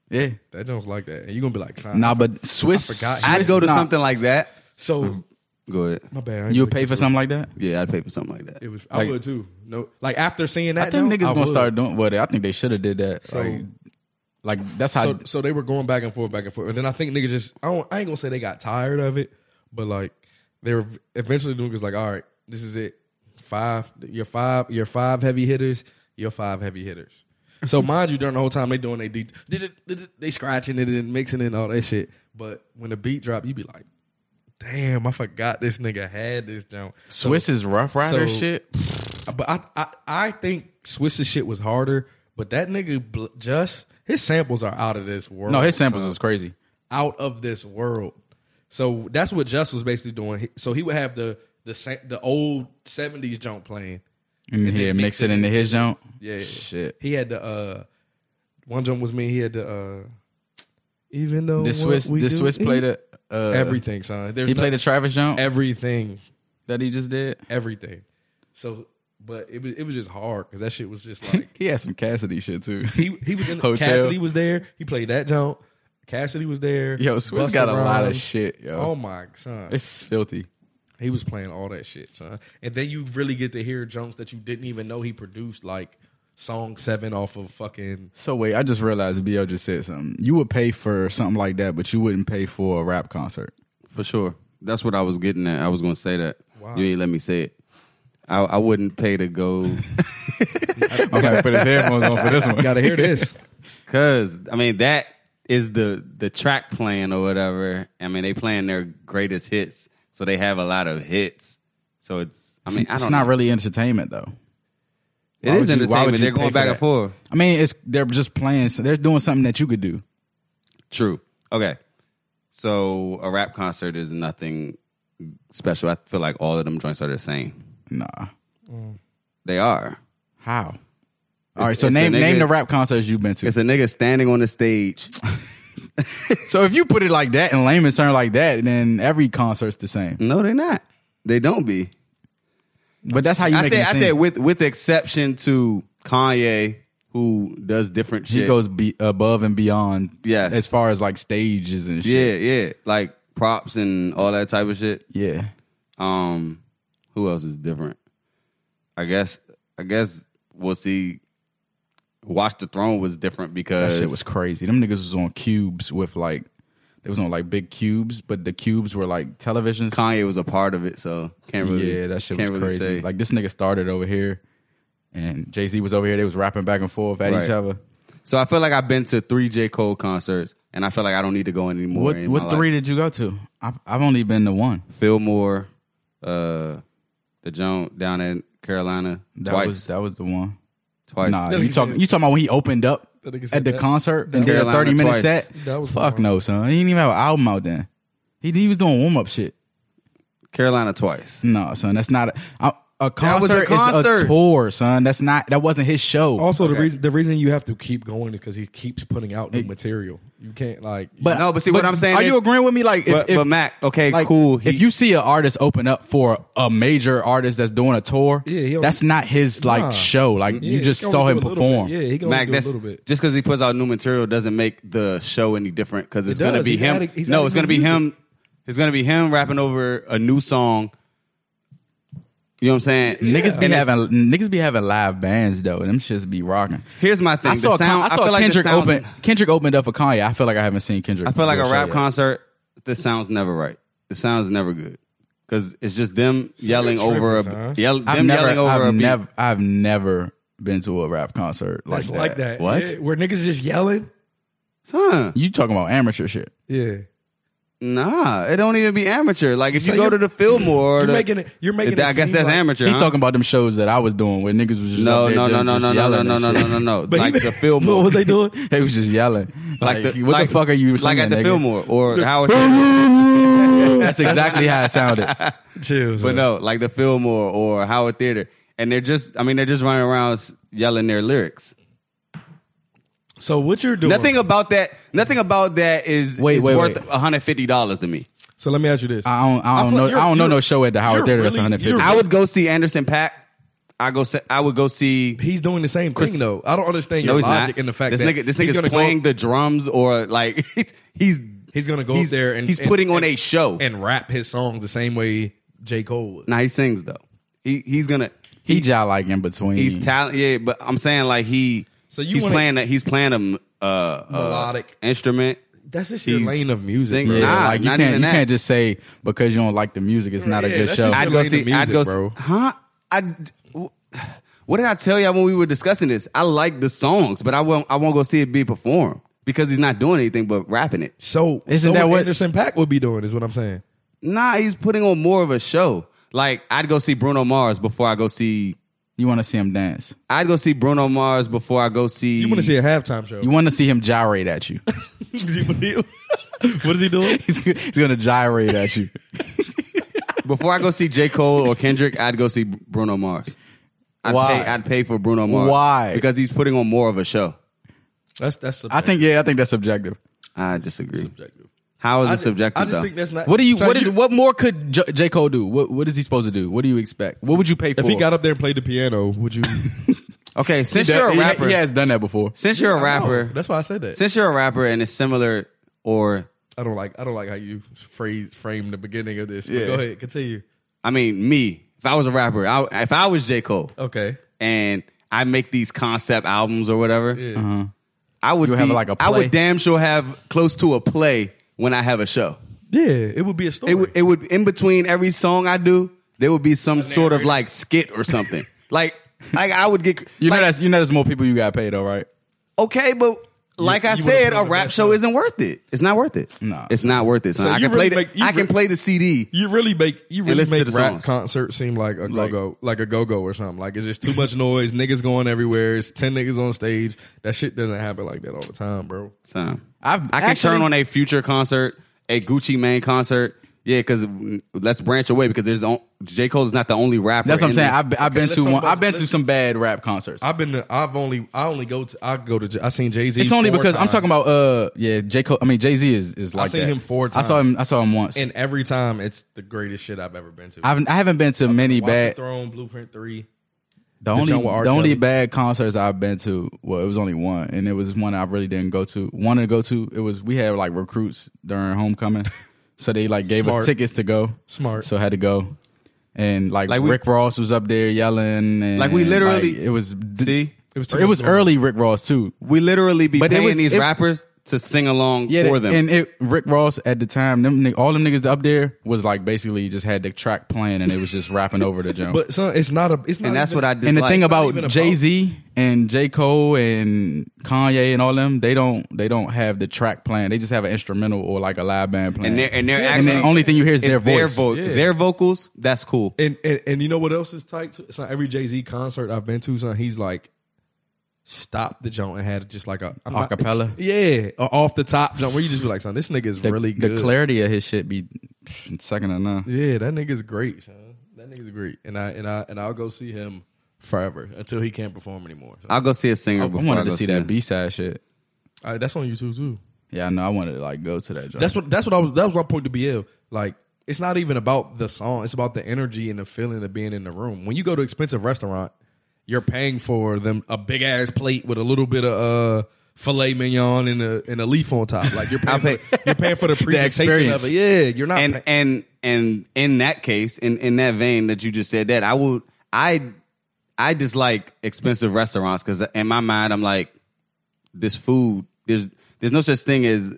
Speaker 4: Yeah.
Speaker 3: That Jones like that, and you're gonna be like, son,
Speaker 4: Nah, but Swiss.
Speaker 3: I forgot.
Speaker 4: Swiss
Speaker 2: I'd go to
Speaker 4: nah.
Speaker 2: something like that.
Speaker 3: So
Speaker 2: Go ahead.
Speaker 3: my bad. I ain't
Speaker 4: You'll
Speaker 3: really-
Speaker 4: pay for something like that?
Speaker 2: Yeah, I'd pay for something like that.
Speaker 3: It was. I
Speaker 4: Like-
Speaker 3: would too. No, like after seeing that,
Speaker 4: I think
Speaker 3: Joe,
Speaker 4: niggas gonna
Speaker 3: would.
Speaker 4: start doing what well, I think they should have did that. like, like that's how
Speaker 3: So, so they were going back and forth, back and forth, and then I think niggas just. I don't. I ain't gonna say they got tired of it, but like they were eventually doing was like, all right, this is it. Five, your five, your five heavy hitters, your five heavy hitters.
Speaker 4: *laughs*
Speaker 3: So mind you, during the whole time they doing they de- did it, did it, they scratching it and mixing it and all that shit. But when the beat drop, you be like, damn, I forgot this nigga had this down. So-
Speaker 4: Swiss is Rough Rider
Speaker 3: so-
Speaker 4: shit.
Speaker 3: But I, I I think Swiss's shit was harder. But that nigga bl- just his samples are out of this world.
Speaker 4: No, his samples
Speaker 3: son.
Speaker 4: is crazy.
Speaker 3: out of this world. So that's what Just was basically doing. He- So he would have the the sa- the old seventies jump playing.
Speaker 4: And
Speaker 3: they
Speaker 4: he mix it into his joint.
Speaker 3: Yeah,
Speaker 4: Shit.
Speaker 3: He had the uh, one jump was me. He had the uh, even though
Speaker 4: This Swiss
Speaker 3: what we
Speaker 4: this
Speaker 3: do
Speaker 4: Swiss
Speaker 3: is-
Speaker 4: played a uh,
Speaker 3: everything, son. There's
Speaker 4: He played a
Speaker 3: nothing-
Speaker 4: Travis joint
Speaker 3: everything,
Speaker 4: that he just did.
Speaker 3: everything. So But it was it was just hard because that shit was just like
Speaker 4: He had some Cassidy shit too.
Speaker 3: he he was in
Speaker 4: Hotel.
Speaker 3: Cassidy was there. He played that jump. Cassidy was there.
Speaker 4: Yo, Swizz
Speaker 3: Busta
Speaker 4: got a lot of
Speaker 3: Rhymes.
Speaker 4: shit, yo.
Speaker 3: Oh my son,
Speaker 4: It's filthy.
Speaker 3: he was playing all that shit, son. And then you really get to hear jumps that you didn't even know he produced, like song seven off of fucking.
Speaker 4: So wait, I just realized BL just said something. You would pay for something like that, but you wouldn't pay for a rap concert.
Speaker 2: For sure. That's what I was getting at. I was going to say that.
Speaker 3: Wow.
Speaker 2: You ain't let me say it. I, I wouldn't pay to go
Speaker 4: *laughs* I'm gonna put his headphones on
Speaker 3: *laughs*
Speaker 4: for this one.
Speaker 3: Gotta hear
Speaker 4: *laughs*
Speaker 3: this.
Speaker 2: because I mean that is the the track playing or whatever. I mean they playing their greatest hits, so they have a lot of hits. So it's I mean I don't
Speaker 4: it's not
Speaker 2: know.
Speaker 4: really entertainment though.
Speaker 2: It
Speaker 4: Why
Speaker 2: is
Speaker 4: would you- why would
Speaker 2: entertainment.
Speaker 4: you
Speaker 2: They're
Speaker 4: pay
Speaker 2: going
Speaker 4: for
Speaker 2: back
Speaker 4: that?
Speaker 2: and forth.
Speaker 4: I mean, it's they're just playing. So they're doing something that you could do.
Speaker 2: True. Okay. So a rap concert is nothing special. I feel like all of them joints are the same.
Speaker 4: Nah,
Speaker 2: They are.
Speaker 4: how? All right, so
Speaker 2: it's a
Speaker 4: name name
Speaker 2: nigga-
Speaker 4: the rap concerts you've been to.
Speaker 2: It's a nigga standing on the
Speaker 4: *laughs*
Speaker 2: stage.
Speaker 4: So if you put it like that in layman's term like that, then every concert's the same.
Speaker 2: No, they're not. They don't be.
Speaker 4: But that's how you
Speaker 2: I
Speaker 4: make it.
Speaker 2: said I
Speaker 4: seem.
Speaker 2: said with with exception to Kanye who does different
Speaker 4: he
Speaker 2: shit.
Speaker 4: goes be- above and beyond.
Speaker 2: Yes.
Speaker 4: as far as like stages and shit.
Speaker 2: Yeah, yeah. Like props and all that type of shit.
Speaker 4: Yeah, yeah.
Speaker 2: Um who else is different? I guess I guess we'll see Watch the Throne was different
Speaker 4: That
Speaker 2: because
Speaker 4: shit was crazy. Them niggas was on cubes with like they was on like big cubes, but the cubes were like televisions.
Speaker 2: Kanye was a part of it, so can't really.
Speaker 4: yeah, that shit was
Speaker 2: can't really
Speaker 4: crazy.
Speaker 2: say.
Speaker 4: Like this nigga started over here, and Jay Z was over here. They was rapping back and forth at each
Speaker 2: Right.
Speaker 4: other.
Speaker 2: so I feel like I've been to three J Cole concerts, and I feel like I don't need to go anymore.
Speaker 4: What
Speaker 2: in my
Speaker 4: what
Speaker 2: life.
Speaker 4: three did you go to? I've I've only been to one.
Speaker 2: Fillmore, uh, the joint down in Carolina
Speaker 4: That
Speaker 2: twice,
Speaker 4: was that was the one.
Speaker 2: twice.
Speaker 4: Nah,
Speaker 3: That
Speaker 4: you
Speaker 3: nigga
Speaker 4: talking
Speaker 3: said-
Speaker 4: you talking about when he opened up
Speaker 3: That nigga said
Speaker 4: at the
Speaker 3: that-
Speaker 4: concert
Speaker 3: that
Speaker 4: and did a
Speaker 2: Carolina
Speaker 4: thirty minute
Speaker 2: twice.
Speaker 4: set?
Speaker 3: That was
Speaker 4: Fuck
Speaker 3: wild.
Speaker 4: no, son. He didn't even have an album out then. He he was doing warm up shit.
Speaker 2: Carolina twice.
Speaker 4: No, son, that's not a, a, a
Speaker 2: That was
Speaker 4: concert.
Speaker 2: a
Speaker 4: is a
Speaker 2: concert. Oh,
Speaker 4: tour, son. That's not that wasn't his show.
Speaker 3: Also, the reason the reason you have to keep going is because he keeps putting out new material. You can't like, you-
Speaker 2: No, but see what I'm saying
Speaker 4: Are
Speaker 2: is-
Speaker 4: you agreeing with me? Like, if,
Speaker 2: But,
Speaker 4: if-
Speaker 2: but Mac, okay,
Speaker 4: like,
Speaker 2: cool. He,
Speaker 4: if you see an artist open up for a major artist that's doing a tour,
Speaker 3: Yeah, he don't-
Speaker 4: that's not his like
Speaker 3: Nah.
Speaker 4: show. Like
Speaker 3: Yeah,
Speaker 4: you just
Speaker 3: he can
Speaker 4: saw
Speaker 3: only
Speaker 4: him
Speaker 3: do a little
Speaker 4: perform.
Speaker 3: bit. Yeah, he can
Speaker 2: Mac,
Speaker 3: only do a
Speaker 2: that's
Speaker 3: little bit.
Speaker 2: just because he puts out new material doesn't make the show any different because it's
Speaker 3: It
Speaker 2: gonna
Speaker 3: does.
Speaker 2: be
Speaker 3: He's
Speaker 2: him.
Speaker 3: adding- he's
Speaker 2: no,
Speaker 3: adding
Speaker 2: it's gonna
Speaker 3: new
Speaker 2: be
Speaker 3: music.
Speaker 2: him. It's gonna be him rapping over a new song. You know what I'm saying?
Speaker 4: Niggas be
Speaker 2: And it's-
Speaker 4: having niggas be having live bands though, and them shits be rocking.
Speaker 2: Here's my thing.
Speaker 4: I saw,
Speaker 2: the sound,
Speaker 4: I saw
Speaker 2: feel like the
Speaker 4: Kendrick
Speaker 2: sounds-
Speaker 4: open. Kendrick opened up for Kanye. I feel like I haven't seen Kendrick.
Speaker 2: I feel like
Speaker 4: do
Speaker 2: a
Speaker 4: show
Speaker 2: rap
Speaker 4: yet.
Speaker 2: concert. The sound's never right. The sound's never good because it's just them yelling
Speaker 3: tripping,
Speaker 2: over
Speaker 3: huh?
Speaker 2: a yell, them
Speaker 4: I've never,
Speaker 2: yelling over
Speaker 4: I've
Speaker 2: a beat.
Speaker 4: never, I've never been to a rap concert like
Speaker 3: that's
Speaker 4: that.
Speaker 3: like that.
Speaker 2: What?
Speaker 3: Yeah, where niggas is just yelling?
Speaker 2: Huh.
Speaker 4: You talking about amateur shit?
Speaker 3: Yeah.
Speaker 2: Nah, it don't even be amateur. Like if
Speaker 3: So
Speaker 2: you go
Speaker 3: you're-
Speaker 2: to the Fillmore,
Speaker 3: You're
Speaker 2: the-
Speaker 3: making it. You're making.
Speaker 2: I
Speaker 3: it
Speaker 2: guess
Speaker 3: seem
Speaker 2: that's
Speaker 3: like-
Speaker 2: amateur.
Speaker 4: He
Speaker 2: huh?
Speaker 4: talking about them shows that I was doing where niggas was just
Speaker 2: No,
Speaker 4: up there
Speaker 2: no, no,
Speaker 4: just,
Speaker 2: no, no,
Speaker 4: just
Speaker 2: no, no,
Speaker 4: yelling
Speaker 2: no,
Speaker 4: and
Speaker 2: no,
Speaker 4: shit.
Speaker 2: no, no,
Speaker 4: *laughs*
Speaker 2: no.
Speaker 3: But
Speaker 2: Like
Speaker 3: even-
Speaker 2: the Fillmore,
Speaker 3: What was
Speaker 2: *laughs*
Speaker 3: they doing?
Speaker 4: They was just yelling. Like, what the fuck are you?
Speaker 2: Like
Speaker 4: Singing,
Speaker 2: at the
Speaker 4: nigga?
Speaker 2: Fillmore or Howard. Stern.
Speaker 4: That's exactly how it sounded.
Speaker 3: Chill.
Speaker 2: But no, like the Fillmore or Howard Theater, and they're just. I mean, they're just running around yelling their lyrics.
Speaker 3: So what you're doing?
Speaker 2: Nothing about that. Nothing about that is
Speaker 4: Wait,
Speaker 2: is
Speaker 4: wait,
Speaker 2: worth
Speaker 4: wait.
Speaker 2: one hundred fifty dollars to me.
Speaker 3: So let me ask you this.
Speaker 4: I don't, I
Speaker 3: I
Speaker 4: don't
Speaker 3: feel-
Speaker 4: know.
Speaker 3: you're-
Speaker 4: I don't know
Speaker 3: you're-
Speaker 4: no show at the Howard
Speaker 3: you're
Speaker 4: Theater that's
Speaker 3: really-
Speaker 4: 150.
Speaker 3: you're-
Speaker 2: I would go see Anderson Pack. I go. se- I would go see.
Speaker 3: He's doing the same thing though. I don't understand
Speaker 2: No,
Speaker 3: your
Speaker 2: he's
Speaker 3: logic
Speaker 2: not.
Speaker 3: in the fact
Speaker 2: this
Speaker 3: that
Speaker 2: nigga, this
Speaker 3: he's
Speaker 2: nigga's
Speaker 3: gonna
Speaker 2: playing
Speaker 3: go,
Speaker 2: the drums or like *laughs* he's
Speaker 3: He's gonna go up
Speaker 2: he's,
Speaker 3: there and
Speaker 2: he's
Speaker 3: and-
Speaker 2: putting on
Speaker 3: and-
Speaker 2: a show.
Speaker 3: and rap his songs the same way J Cole would.
Speaker 2: now he sings though. He he's gonna
Speaker 4: he job like in between.
Speaker 2: he's talented. Yeah, but I'm saying like he.
Speaker 3: So you
Speaker 2: he's
Speaker 3: wanna-
Speaker 2: playing that he's playing a m- uh, uh,
Speaker 3: Melodic.
Speaker 2: instrument.
Speaker 3: That's just your
Speaker 2: He's
Speaker 3: lane of music.
Speaker 2: singing.
Speaker 3: bro.
Speaker 4: yeah,
Speaker 2: Nah,
Speaker 4: like you
Speaker 2: not
Speaker 4: can't
Speaker 2: even
Speaker 4: you
Speaker 2: that.
Speaker 4: can't just say because you don't like the music, it's not a
Speaker 3: Yeah,
Speaker 4: good
Speaker 3: that's
Speaker 4: show.
Speaker 3: just
Speaker 2: I'd
Speaker 3: your
Speaker 2: go
Speaker 3: lane
Speaker 2: see.
Speaker 3: of
Speaker 2: I'd
Speaker 3: music,
Speaker 2: go.
Speaker 3: bro.
Speaker 2: See, huh? I. What did I tell y'all when we were discussing this? I like the songs, but I won't. I won't go see it be performed because he's not doing anything but rapping it.
Speaker 3: So
Speaker 4: Isn't
Speaker 3: so
Speaker 4: that what-
Speaker 3: Anderson Pack would be doing? Is what I'm saying.
Speaker 2: Nah, he's putting on more of a show. Like I'd go see Bruno Mars before I go see.
Speaker 4: You want to see him dance.
Speaker 2: I'd go see Bruno Mars before I go see.
Speaker 3: You want to see a halftime show?
Speaker 4: You want to see him gyrate
Speaker 3: *laughs*
Speaker 4: at you.
Speaker 3: what is he doing?
Speaker 4: *laughs* he's, he's gonna gyrate at you.
Speaker 2: before I go see J Cole or Kendrick? I'd go see Bruno Mars. I'd
Speaker 4: Why?
Speaker 2: Pay, I'd pay for Bruno Mars.
Speaker 4: Why?
Speaker 2: Because he's putting on more of a show.
Speaker 3: That's that's.
Speaker 4: I think yeah, I think that's subjective.
Speaker 2: I disagree.
Speaker 3: subjective.
Speaker 2: How is
Speaker 3: I
Speaker 2: it
Speaker 3: ju-
Speaker 2: subjective?
Speaker 3: I just
Speaker 2: though?
Speaker 3: think that's not.
Speaker 4: What do you?
Speaker 3: So
Speaker 4: what is? What more could J, J. Cole do? What What is he supposed to do? What do you expect? What would you pay for?
Speaker 3: If he got up there and played the piano, would you?
Speaker 2: okay, since
Speaker 4: He
Speaker 2: you're a
Speaker 4: done- he-
Speaker 2: rapper,
Speaker 4: he, has done that before.
Speaker 2: since you're a rapper,
Speaker 3: Oh, that's why I said that.
Speaker 2: since you're a rapper, and it's similar or
Speaker 3: I don't like. I don't like how you phrase frame the beginning of this. But
Speaker 4: Yeah.
Speaker 3: Go ahead, continue.
Speaker 2: I mean me, if I was a rapper, I, if I was J Cole
Speaker 3: Okay.
Speaker 2: and I make these concept albums or whatever,
Speaker 3: Yeah.
Speaker 2: I would
Speaker 4: Uh-huh. You have,
Speaker 2: be-
Speaker 4: like, a
Speaker 2: I
Speaker 4: play?
Speaker 2: would damn sure have close to a play when I have a show.
Speaker 3: Yeah, it would be a story.
Speaker 2: It would, it would in between every song I do, there would be some sort of like skit or something.
Speaker 3: *laughs*
Speaker 2: like like I would get
Speaker 4: You know
Speaker 2: like,
Speaker 4: that's you know there's more people you got paid though, right?
Speaker 2: okay, but like I
Speaker 3: you would've
Speaker 2: said,
Speaker 3: put
Speaker 2: a
Speaker 3: it
Speaker 2: rap
Speaker 3: back
Speaker 2: show
Speaker 3: up.
Speaker 2: isn't worth it. It's not worth it.
Speaker 4: Nah.
Speaker 2: It's not worth it. son.
Speaker 3: So
Speaker 2: I
Speaker 3: you
Speaker 2: can play
Speaker 3: really
Speaker 2: the
Speaker 3: make- you
Speaker 2: I can
Speaker 3: re-
Speaker 2: play the CD.
Speaker 3: you really make you really
Speaker 2: listen to
Speaker 3: make
Speaker 2: the
Speaker 3: rap
Speaker 2: songs.
Speaker 3: concert seem like a
Speaker 4: Like-
Speaker 3: go go like a go go or something. Like it's just too much noise, niggas going everywhere. It's ten niggas on stage. That shit doesn't happen like that all the time, bro.
Speaker 2: So i
Speaker 4: I've
Speaker 2: can
Speaker 4: actually-
Speaker 2: turn on a future concert, a Gucci Mane concert. Yeah, because let's branch away because there's on, J Cole is not the only rapper.
Speaker 4: That's what I'm
Speaker 2: in
Speaker 4: saying.
Speaker 2: the-
Speaker 4: I've, been- I've been
Speaker 3: let's
Speaker 4: to
Speaker 3: talk
Speaker 4: one.
Speaker 3: about-
Speaker 4: I've been to
Speaker 3: let's-
Speaker 4: some bad rap concerts.
Speaker 3: I've been to, I've only I only go to I go to J- I seen Jay Z.
Speaker 4: it's only because I'm talking about uh yeah J Cole. I mean Jay Z is is like
Speaker 3: seen
Speaker 4: that.
Speaker 3: him four
Speaker 4: I saw him. I saw him once.
Speaker 3: and every time it's the greatest shit I've ever been to.
Speaker 4: I haven't I haven't been to many
Speaker 3: Watch
Speaker 4: bad.
Speaker 3: the Throne, Blueprint Three.
Speaker 4: The only
Speaker 3: joint with R.
Speaker 4: the only
Speaker 3: Kelly.
Speaker 4: bad concerts I've been to, well, it was only one, and it was one I really didn't go to. Wanted to go to it was we had like recruits during
Speaker 3: *laughs*
Speaker 4: homecoming, so they like gave
Speaker 3: Smart.
Speaker 4: us tickets to go.
Speaker 3: Smart.
Speaker 4: so I had to go, and like,
Speaker 2: Like we-
Speaker 4: Rick Ross was up there yelling, and
Speaker 2: Like, we literally-
Speaker 4: like, it was
Speaker 2: See?
Speaker 3: It was too
Speaker 4: it was
Speaker 3: much going
Speaker 4: early Rick Ross too.
Speaker 2: we literally be
Speaker 4: But it
Speaker 2: paying
Speaker 4: was-
Speaker 2: these
Speaker 4: it-
Speaker 2: rappers to sing along for them.
Speaker 4: And it, Rick Ross at the time, them ni- all them niggas up there was like basically just had the track playing and it was just rapping over the jump.
Speaker 3: But son, it's not a. It's not.
Speaker 2: and that's
Speaker 3: even-
Speaker 2: what I dislike.
Speaker 4: and the thing
Speaker 3: even
Speaker 4: about
Speaker 3: about-
Speaker 4: Jay Z and J Cole and Kanye and all them, they don't they don't have the track playing. They just have an instrumental or like a live band playing.
Speaker 2: and they're and they're
Speaker 3: Yeah,
Speaker 2: actually
Speaker 4: the only thing you hear is
Speaker 2: it's
Speaker 4: their voice.
Speaker 2: vo-
Speaker 3: Yeah.
Speaker 2: their vocals. That's cool.
Speaker 3: And, and and you know what else is tight? Too? It's not every Jay Z concert I've been to. Son, he's like stopped the joint and had just like a I'm not-
Speaker 4: Acapella.
Speaker 3: yeah, a off the top joint where you just be like, son, this nigga is
Speaker 4: the,
Speaker 3: really
Speaker 4: the
Speaker 3: good.
Speaker 4: clarity of his shit be second to none.
Speaker 3: yeah, that nigga's great. Son. That nigga's great. And I and I and I'll go see him forever until he can't perform anymore. son.
Speaker 2: I'll go see a singer.
Speaker 4: I
Speaker 2: before
Speaker 4: wanted to
Speaker 2: go
Speaker 4: see that
Speaker 2: him.
Speaker 4: B side shit.
Speaker 3: All right, that's on YouTube too.
Speaker 4: Yeah, I know. I wanted to like go to that. Joint.
Speaker 3: That's what that's what I was. That was my point to BL. Like, it's not even about the song. It's about the energy and the feeling of being in the room. When you go to expensive restaurant, you're paying for them a big ass plate with a little bit of uh, filet mignon and a and a leaf on top.
Speaker 2: *laughs*
Speaker 3: Like you're paying,
Speaker 2: pay-
Speaker 3: for, you're
Speaker 2: *laughs*
Speaker 3: paying for the presentation
Speaker 4: experience.
Speaker 3: of it. Yeah, you're not.
Speaker 2: and
Speaker 3: pay-
Speaker 2: and and in that case, in in that vein that you just said, that I would I I dislike expensive restaurants because in my mind I'm like this food. There's there's no such thing as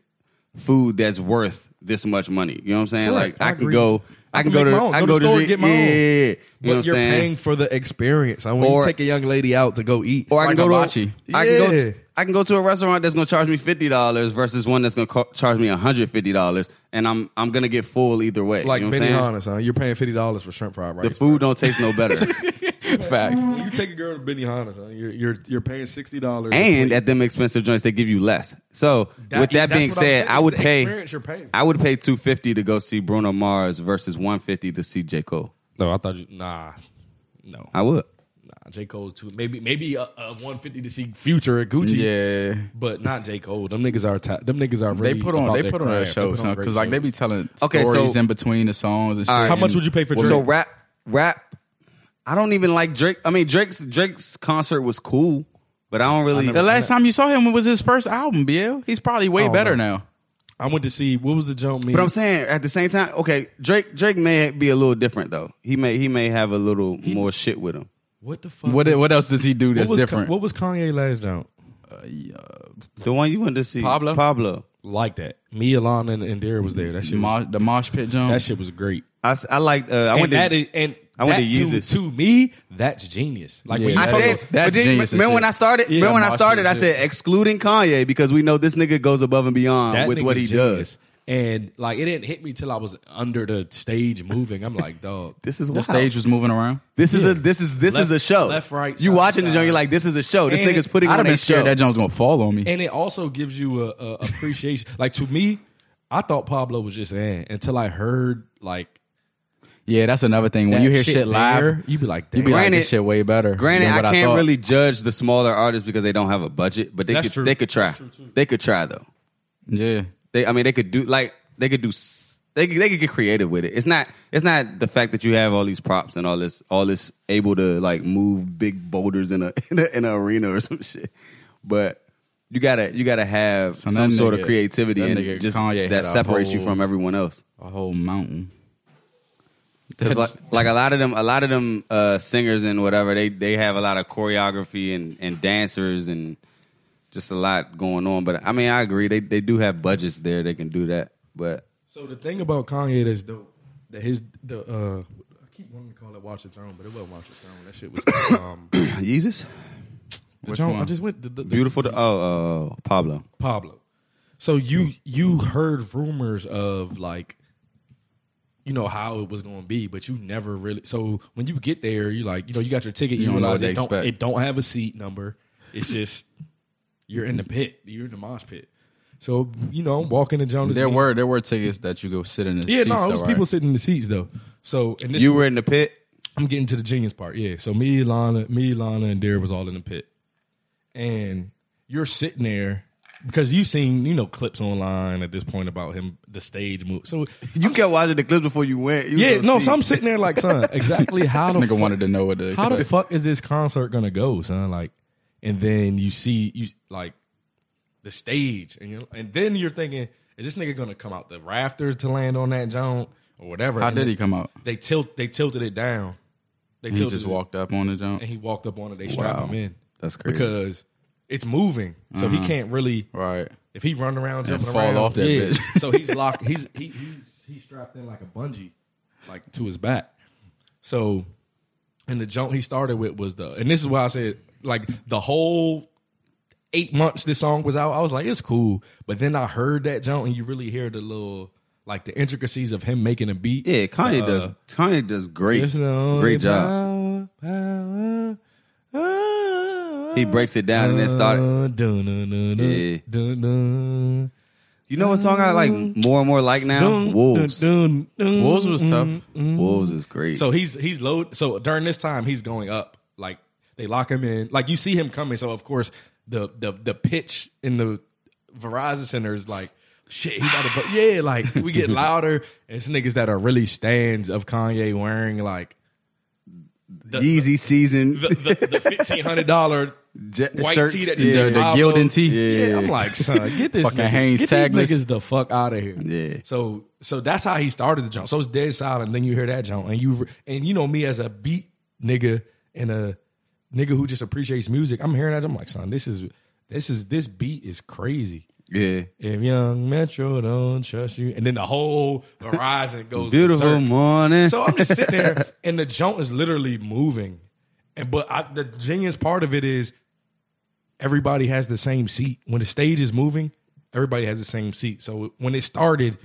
Speaker 2: food that's worth this much money. You know what I'm saying?
Speaker 3: Correct.
Speaker 2: Like I,
Speaker 3: I
Speaker 2: can
Speaker 3: agree.
Speaker 2: go. I, can go
Speaker 3: make
Speaker 2: to
Speaker 3: my own.
Speaker 2: I can
Speaker 3: Go
Speaker 2: go
Speaker 3: to the store
Speaker 2: get
Speaker 3: and get my
Speaker 2: yeah,
Speaker 3: own.
Speaker 2: yeah, yeah. You know
Speaker 3: but
Speaker 2: what I'm
Speaker 3: you're
Speaker 2: saying?
Speaker 3: paying for the experience. I when you
Speaker 2: Or-
Speaker 3: take a young lady out to go eat,
Speaker 2: or I
Speaker 4: It's
Speaker 2: can
Speaker 4: like
Speaker 2: go
Speaker 4: hibachi.
Speaker 2: to I can go
Speaker 3: Yeah.
Speaker 2: to, I can go to a restaurant that's gonna charge me fifty dollars versus one that's gonna co- charge me hundred fifty dollars, and I'm I'm gonna get full either way.
Speaker 3: like
Speaker 2: you know what I'm saying?
Speaker 3: Benihana, son, you're paying fifty dollars for shrimp fry, right?
Speaker 2: The food don't taste no better.
Speaker 3: *laughs*
Speaker 4: facts.
Speaker 3: When you take a girl to Benihana, son, you're you're, you're paying sixty dollars,
Speaker 2: and at them expensive joints, they give you less. So
Speaker 3: That-
Speaker 2: with that
Speaker 3: that's
Speaker 2: being
Speaker 3: what I'm saying.
Speaker 2: said,
Speaker 3: It's
Speaker 2: I would
Speaker 3: the
Speaker 2: pay
Speaker 3: experience you're paying for.
Speaker 2: I would pay two fifty to go see Bruno Mars versus one fifty to see J Cole.
Speaker 3: No, I thought you. Nah, no,
Speaker 2: I would.
Speaker 3: nah. J Cole's too. Maybe maybe a, a one fifty to see Future at Gucci.
Speaker 4: Yeah.
Speaker 3: but not J Cole. Them niggas are. Ta- them niggas are.
Speaker 4: They
Speaker 3: Really
Speaker 4: put on
Speaker 3: about
Speaker 4: they
Speaker 3: their
Speaker 4: put on a
Speaker 3: craft. They
Speaker 4: show
Speaker 3: put on great
Speaker 4: because like they
Speaker 3: shows.
Speaker 4: be telling
Speaker 2: Okay, so-
Speaker 4: stories in between the songs and shit.
Speaker 2: right.
Speaker 3: How much
Speaker 4: And-
Speaker 3: would you pay for Drake?
Speaker 2: So rap rap I don't even like Drake. I mean Drake's Drake's concert was cool, but I don't really
Speaker 4: The last time you saw him was his first album, BL. He's probably way
Speaker 3: don't
Speaker 4: better now.
Speaker 3: I went to see what was the jump me.
Speaker 2: But I'm saying at the same time, okay, Drake Drake may be a little different though. He may he may have a little more shit with him.
Speaker 3: what the fuck?
Speaker 4: What what else does he do that's
Speaker 3: was Ka-
Speaker 4: different?
Speaker 3: what was Kanye last jump?
Speaker 2: The one you went to see,
Speaker 4: Pablo?
Speaker 2: Pablo.
Speaker 3: Like that. Me, Alon, and, and Dara was there. That shit. Was,
Speaker 4: Mo- the mosh pit jump.
Speaker 3: that shit was great.
Speaker 2: I, s- I liked. Uh, I
Speaker 3: and
Speaker 2: went to
Speaker 3: that is, and
Speaker 2: I went
Speaker 3: that
Speaker 2: to Yeezus.
Speaker 3: To, to me, that's genius. Like when
Speaker 4: Yeah,
Speaker 3: you
Speaker 2: I
Speaker 4: That's-
Speaker 2: said,
Speaker 4: that's
Speaker 2: but then,
Speaker 4: genius and
Speaker 2: Remember when
Speaker 4: shit.
Speaker 2: I started?
Speaker 4: Yeah,
Speaker 2: remember when I
Speaker 4: Marshall
Speaker 2: started? I
Speaker 4: shit.
Speaker 2: said excluding Kanye because we know this nigga goes above and beyond
Speaker 3: That
Speaker 2: with what
Speaker 3: nigga's
Speaker 2: he
Speaker 3: genius.
Speaker 2: does.
Speaker 3: And like it didn't hit me till I was under the stage moving. I'm like, dog.
Speaker 2: This is
Speaker 4: the
Speaker 2: wild.
Speaker 4: stage was moving around.
Speaker 2: This is a this is this
Speaker 3: Left-
Speaker 2: is a show.
Speaker 3: left, right,
Speaker 2: You
Speaker 3: side,
Speaker 2: watching the
Speaker 3: side.
Speaker 2: joint? You're like, this is a show. This
Speaker 3: And
Speaker 2: nigga's putting
Speaker 4: I'd
Speaker 2: on
Speaker 4: have
Speaker 2: a
Speaker 4: been
Speaker 2: show.
Speaker 4: scared that jump was gonna fall on me.
Speaker 3: and it also gives you a, a appreciation. like to me, I thought Pablo was just eh, until I heard like
Speaker 4: yeah, that's another thing. When
Speaker 3: that
Speaker 4: you hear shit,
Speaker 3: there,
Speaker 4: live,
Speaker 3: you be like,
Speaker 4: you
Speaker 3: damn.
Speaker 4: be like,
Speaker 2: Granted-
Speaker 4: this shit way better.
Speaker 2: Granted,
Speaker 4: than what
Speaker 2: I can't
Speaker 4: thought.
Speaker 2: really judge the smaller artists because they don't have a budget, but they
Speaker 3: That's
Speaker 2: could
Speaker 3: true.
Speaker 2: they could try. They could try though.
Speaker 4: Yeah,
Speaker 2: They I mean they could do like they could do s- they could, they could get creative with it. It's not it's not the fact that you have all these props and all this all this able to like move big boulders in a *laughs* in a, in a arena or some shit. But you gotta you gotta have
Speaker 4: Son,
Speaker 2: some
Speaker 4: that
Speaker 2: sort of
Speaker 4: nigga-
Speaker 2: creativity
Speaker 4: that
Speaker 2: and
Speaker 4: nigga
Speaker 2: just
Speaker 4: Kanye had
Speaker 2: that
Speaker 4: a
Speaker 2: separates you
Speaker 4: whole-
Speaker 2: from everyone else.
Speaker 4: a whole mountain.
Speaker 2: Cause
Speaker 4: *laughs*
Speaker 2: like, like a lot of them, a lot of them uh, singers and whatever, they they have a lot of choreography and, and dancers and just a lot going on. But I mean, I agree. They they do have budgets there. They can do that. But *clears throat*
Speaker 3: So the thing about Kanye that's dope, that his the uh, I keep wanting to call it Watch the Throne, but it wasn't Watch the Throne. That shit was called, um, the
Speaker 2: Jesus,
Speaker 4: Which
Speaker 3: Throne- I
Speaker 4: one?
Speaker 3: just went the, the, the
Speaker 2: beautiful. To, oh, uh, Pablo.
Speaker 3: Pablo. So you you heard rumors of like, you know how it was going to be, but you never really. So when you get there, you like you know you got your ticket. You,
Speaker 4: don't know
Speaker 3: realize
Speaker 4: what to
Speaker 3: it don't,
Speaker 4: expect.
Speaker 3: it don't have a seat number. It's just you're in the pit. You're in the mosh pit. So you know I'm walking to Jonas.
Speaker 4: There
Speaker 3: being-
Speaker 4: were there were tickets that you go sit in. The
Speaker 3: yeah
Speaker 4: seats,
Speaker 3: no
Speaker 4: though,
Speaker 3: it was
Speaker 4: right?
Speaker 3: people sitting in the seats though. So and this
Speaker 2: You were in the pit.
Speaker 3: I'm getting to the genius part. Yeah. So me, Lana, me, Lana, and Dare was all in the pit, and you're sitting there because you've seen you know clips online at this point about him the stage move. So
Speaker 4: *laughs*
Speaker 2: You kept watching the clips before you went. You
Speaker 3: yeah,
Speaker 2: was
Speaker 3: no.
Speaker 2: asleep.
Speaker 3: So I'm sitting there like, son,
Speaker 4: *laughs*
Speaker 3: exactly how the
Speaker 4: This nigga
Speaker 3: fuck,
Speaker 4: wanted to know what the
Speaker 3: how
Speaker 4: *laughs*
Speaker 3: the fuck is this concert gonna go, son? Like, and then you see you like the stage, and you and then you're thinking, is this nigga gonna come out the rafters to land on that joint or whatever?
Speaker 4: how
Speaker 3: And
Speaker 4: did he come out?
Speaker 3: They tilt. They tilted it down. They
Speaker 4: He
Speaker 3: tilted
Speaker 4: just
Speaker 3: it-
Speaker 4: walked up on the jump.
Speaker 3: and he walked up on it. They strap
Speaker 2: Wow.
Speaker 3: him in.
Speaker 2: That's crazy.
Speaker 3: Because it's moving, so he can't really.
Speaker 4: Right.
Speaker 3: If he run around, jumping
Speaker 4: fall
Speaker 3: around,
Speaker 4: off that
Speaker 3: yeah. *laughs*
Speaker 4: bitch.
Speaker 3: so he's locked. He's he, he's he's strapped in like a bungee, like to his back. So, and the jump he started with was the, and this is why I said like the whole eight months this song was out. I was like, it's cool, but then I heard that jump, and you really hear the little like the intricacies of him making a beat.
Speaker 2: Yeah, Kanye does. Kanye does great.
Speaker 3: It's the only
Speaker 2: Great job.
Speaker 3: power, power, ah,
Speaker 2: He breaks it down and then started.
Speaker 3: Uh, Dun, dun, dun, dun,
Speaker 2: Yeah.
Speaker 3: dun, dun,
Speaker 2: You know what song I like more and more like now?
Speaker 3: dun,
Speaker 2: Wolves.
Speaker 3: dun, dun,
Speaker 4: Wolves was tough.
Speaker 3: Mm-hmm.
Speaker 2: Wolves is great.
Speaker 3: So he's he's low. So during this time, he's going up. Like they lock him in. Like you see him coming. So of course the the the pitch in the Verizon Center is like shit. He about to, bu- yeah. Like
Speaker 2: *laughs*
Speaker 3: we get louder. And it's niggas that are really stands of Kanye wearing like the-
Speaker 2: Yeezy season.
Speaker 3: the the, the fifteen hundred dollar
Speaker 2: Jet-
Speaker 3: white
Speaker 2: shirts.
Speaker 3: tee that
Speaker 2: yeah.
Speaker 3: just
Speaker 4: The, the
Speaker 3: Pablo-
Speaker 4: Gildan tee.
Speaker 2: Yeah.
Speaker 3: Yeah, I'm like, son, get this
Speaker 4: Fucking
Speaker 3: nigga,
Speaker 4: Hanes
Speaker 3: get
Speaker 4: tagless.
Speaker 3: these niggas the fuck out of here.
Speaker 2: Yeah.
Speaker 3: So so that's how he started the jump. So it's dead silent. Then you hear that jump, and you and you know me as a beat nigga and a nigga who just appreciates music. I'm hearing that. I'm like, son, this is this is this beat is crazy.
Speaker 2: yeah.
Speaker 3: If young Metro don't trust you, and then the whole Verizon goes
Speaker 2: Beautiful
Speaker 3: berserk.
Speaker 2: morning.
Speaker 3: So I'm just sitting there, and the joint is literally moving. And but I, the genius part of it is everybody has the same seat when the stage is moving. Everybody has the same seat. So when it started,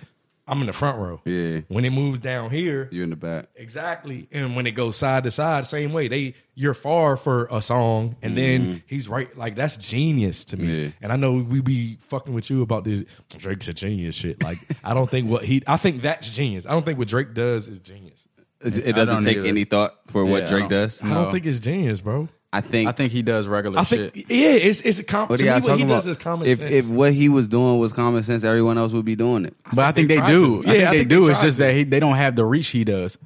Speaker 3: I'm in the front row.
Speaker 2: Yeah.
Speaker 3: When it moves down here,
Speaker 2: you in the back.
Speaker 3: exactly. And when it goes side to side, same way. They you're far for a song, and then he's right. Like that's genius to me.
Speaker 2: Mm-hmm. Yeah.
Speaker 3: And I know we be fucking with you about this Drake's a genius shit. Like I don't think what he. I think that's genius. I don't think what Drake does is genius.
Speaker 2: It, it
Speaker 4: I
Speaker 2: doesn't
Speaker 4: don't
Speaker 2: take
Speaker 4: either.
Speaker 2: any thought for what
Speaker 4: Yeah, I
Speaker 2: Drake
Speaker 4: don't-
Speaker 2: does.
Speaker 3: I
Speaker 4: No.
Speaker 3: don't think it's genius, bro.
Speaker 2: I think.
Speaker 4: I think he does regular
Speaker 3: I
Speaker 4: shit.
Speaker 3: think yeah, it's it's a com-
Speaker 2: What
Speaker 3: to
Speaker 2: y'all
Speaker 3: me what he
Speaker 2: talking
Speaker 3: does
Speaker 2: about?
Speaker 3: is common
Speaker 2: if,
Speaker 3: sense.
Speaker 2: If what he was doing was common sense, everyone else would be doing it.
Speaker 4: but I think
Speaker 3: they
Speaker 4: they,
Speaker 3: tried to.
Speaker 4: do. I think
Speaker 3: Yeah, I
Speaker 4: they
Speaker 3: think
Speaker 4: do.
Speaker 3: they
Speaker 4: it's
Speaker 3: tried
Speaker 4: just that he, they don't have the reach he does.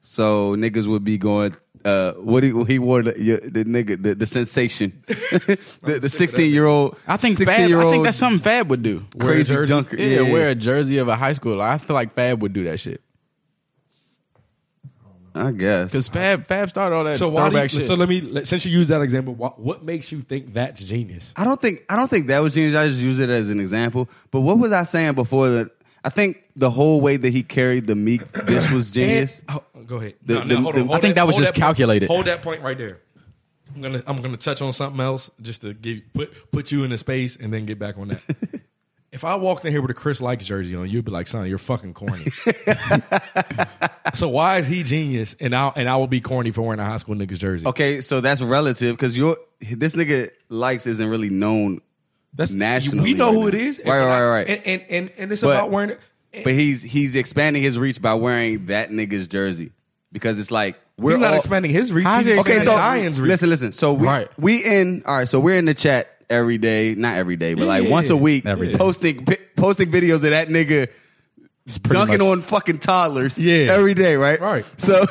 Speaker 2: So niggas would be going. Uh, what he, he wore the, your- the nigga the, the *laughs* sensation, the, the sixteen year old.
Speaker 4: I think
Speaker 2: sixteen
Speaker 4: Fab.
Speaker 2: year
Speaker 4: I
Speaker 2: old
Speaker 4: think that's something Fab would do.
Speaker 3: a
Speaker 2: crazy
Speaker 3: jersey.
Speaker 2: dunker.
Speaker 4: Yeah, wear a jersey of a high schooler. I feel like Fab would do that shit
Speaker 2: I guess.
Speaker 4: because Fab Fab started all that
Speaker 3: so why do you,
Speaker 4: throwback shit.
Speaker 3: so let me let, since you use that example, what, what makes you think that's genius?
Speaker 2: I don't think I don't think that was genius. I just use it as an example. But what was I saying before that? I think the whole way that he carried the meek, this *laughs* was genius.
Speaker 3: And- oh, go ahead.
Speaker 2: The-
Speaker 3: No, no,
Speaker 2: the-
Speaker 3: hold on,
Speaker 2: the-
Speaker 3: hold
Speaker 4: I think that was
Speaker 3: hold
Speaker 4: just
Speaker 3: point-
Speaker 4: calculated.
Speaker 3: hold that point right there. I'm gonna I'm gonna touch on something else just to give put put you in the space and then get back on that.
Speaker 4: *laughs*
Speaker 3: if I walked in here with a Chris Likes jersey on, you'd be like, son, you're fucking
Speaker 4: *laughs*
Speaker 3: corny. so why is he genius and I and I will be corny for wearing a high school nigga's jersey?
Speaker 2: Okay, so that's relative because your this nigga likes isn't really known,
Speaker 3: That's
Speaker 2: Nationally
Speaker 3: We know
Speaker 2: right
Speaker 3: who it
Speaker 2: now.
Speaker 3: is.
Speaker 2: Right, right, right.
Speaker 3: And and and, and it's
Speaker 2: But-
Speaker 3: about wearing it. and
Speaker 2: but he's he's expanding his reach by wearing that nigga's jersey because it's like we're
Speaker 3: He's not
Speaker 2: all-
Speaker 3: expanding his reach. He's
Speaker 2: okay,
Speaker 3: expanding
Speaker 2: so
Speaker 3: Zion's reach.
Speaker 2: listen, listen. So we
Speaker 4: Right.
Speaker 2: we in all right. So we're in the chat every day, not every day, but like
Speaker 3: Yeah.
Speaker 2: once a week,
Speaker 4: Every day.
Speaker 2: posting pi- posting videos of that nigga
Speaker 4: It's pretty
Speaker 2: dunking
Speaker 4: much
Speaker 2: on fucking toddlers
Speaker 3: Yeah.
Speaker 2: every day, right?
Speaker 3: Right.
Speaker 2: So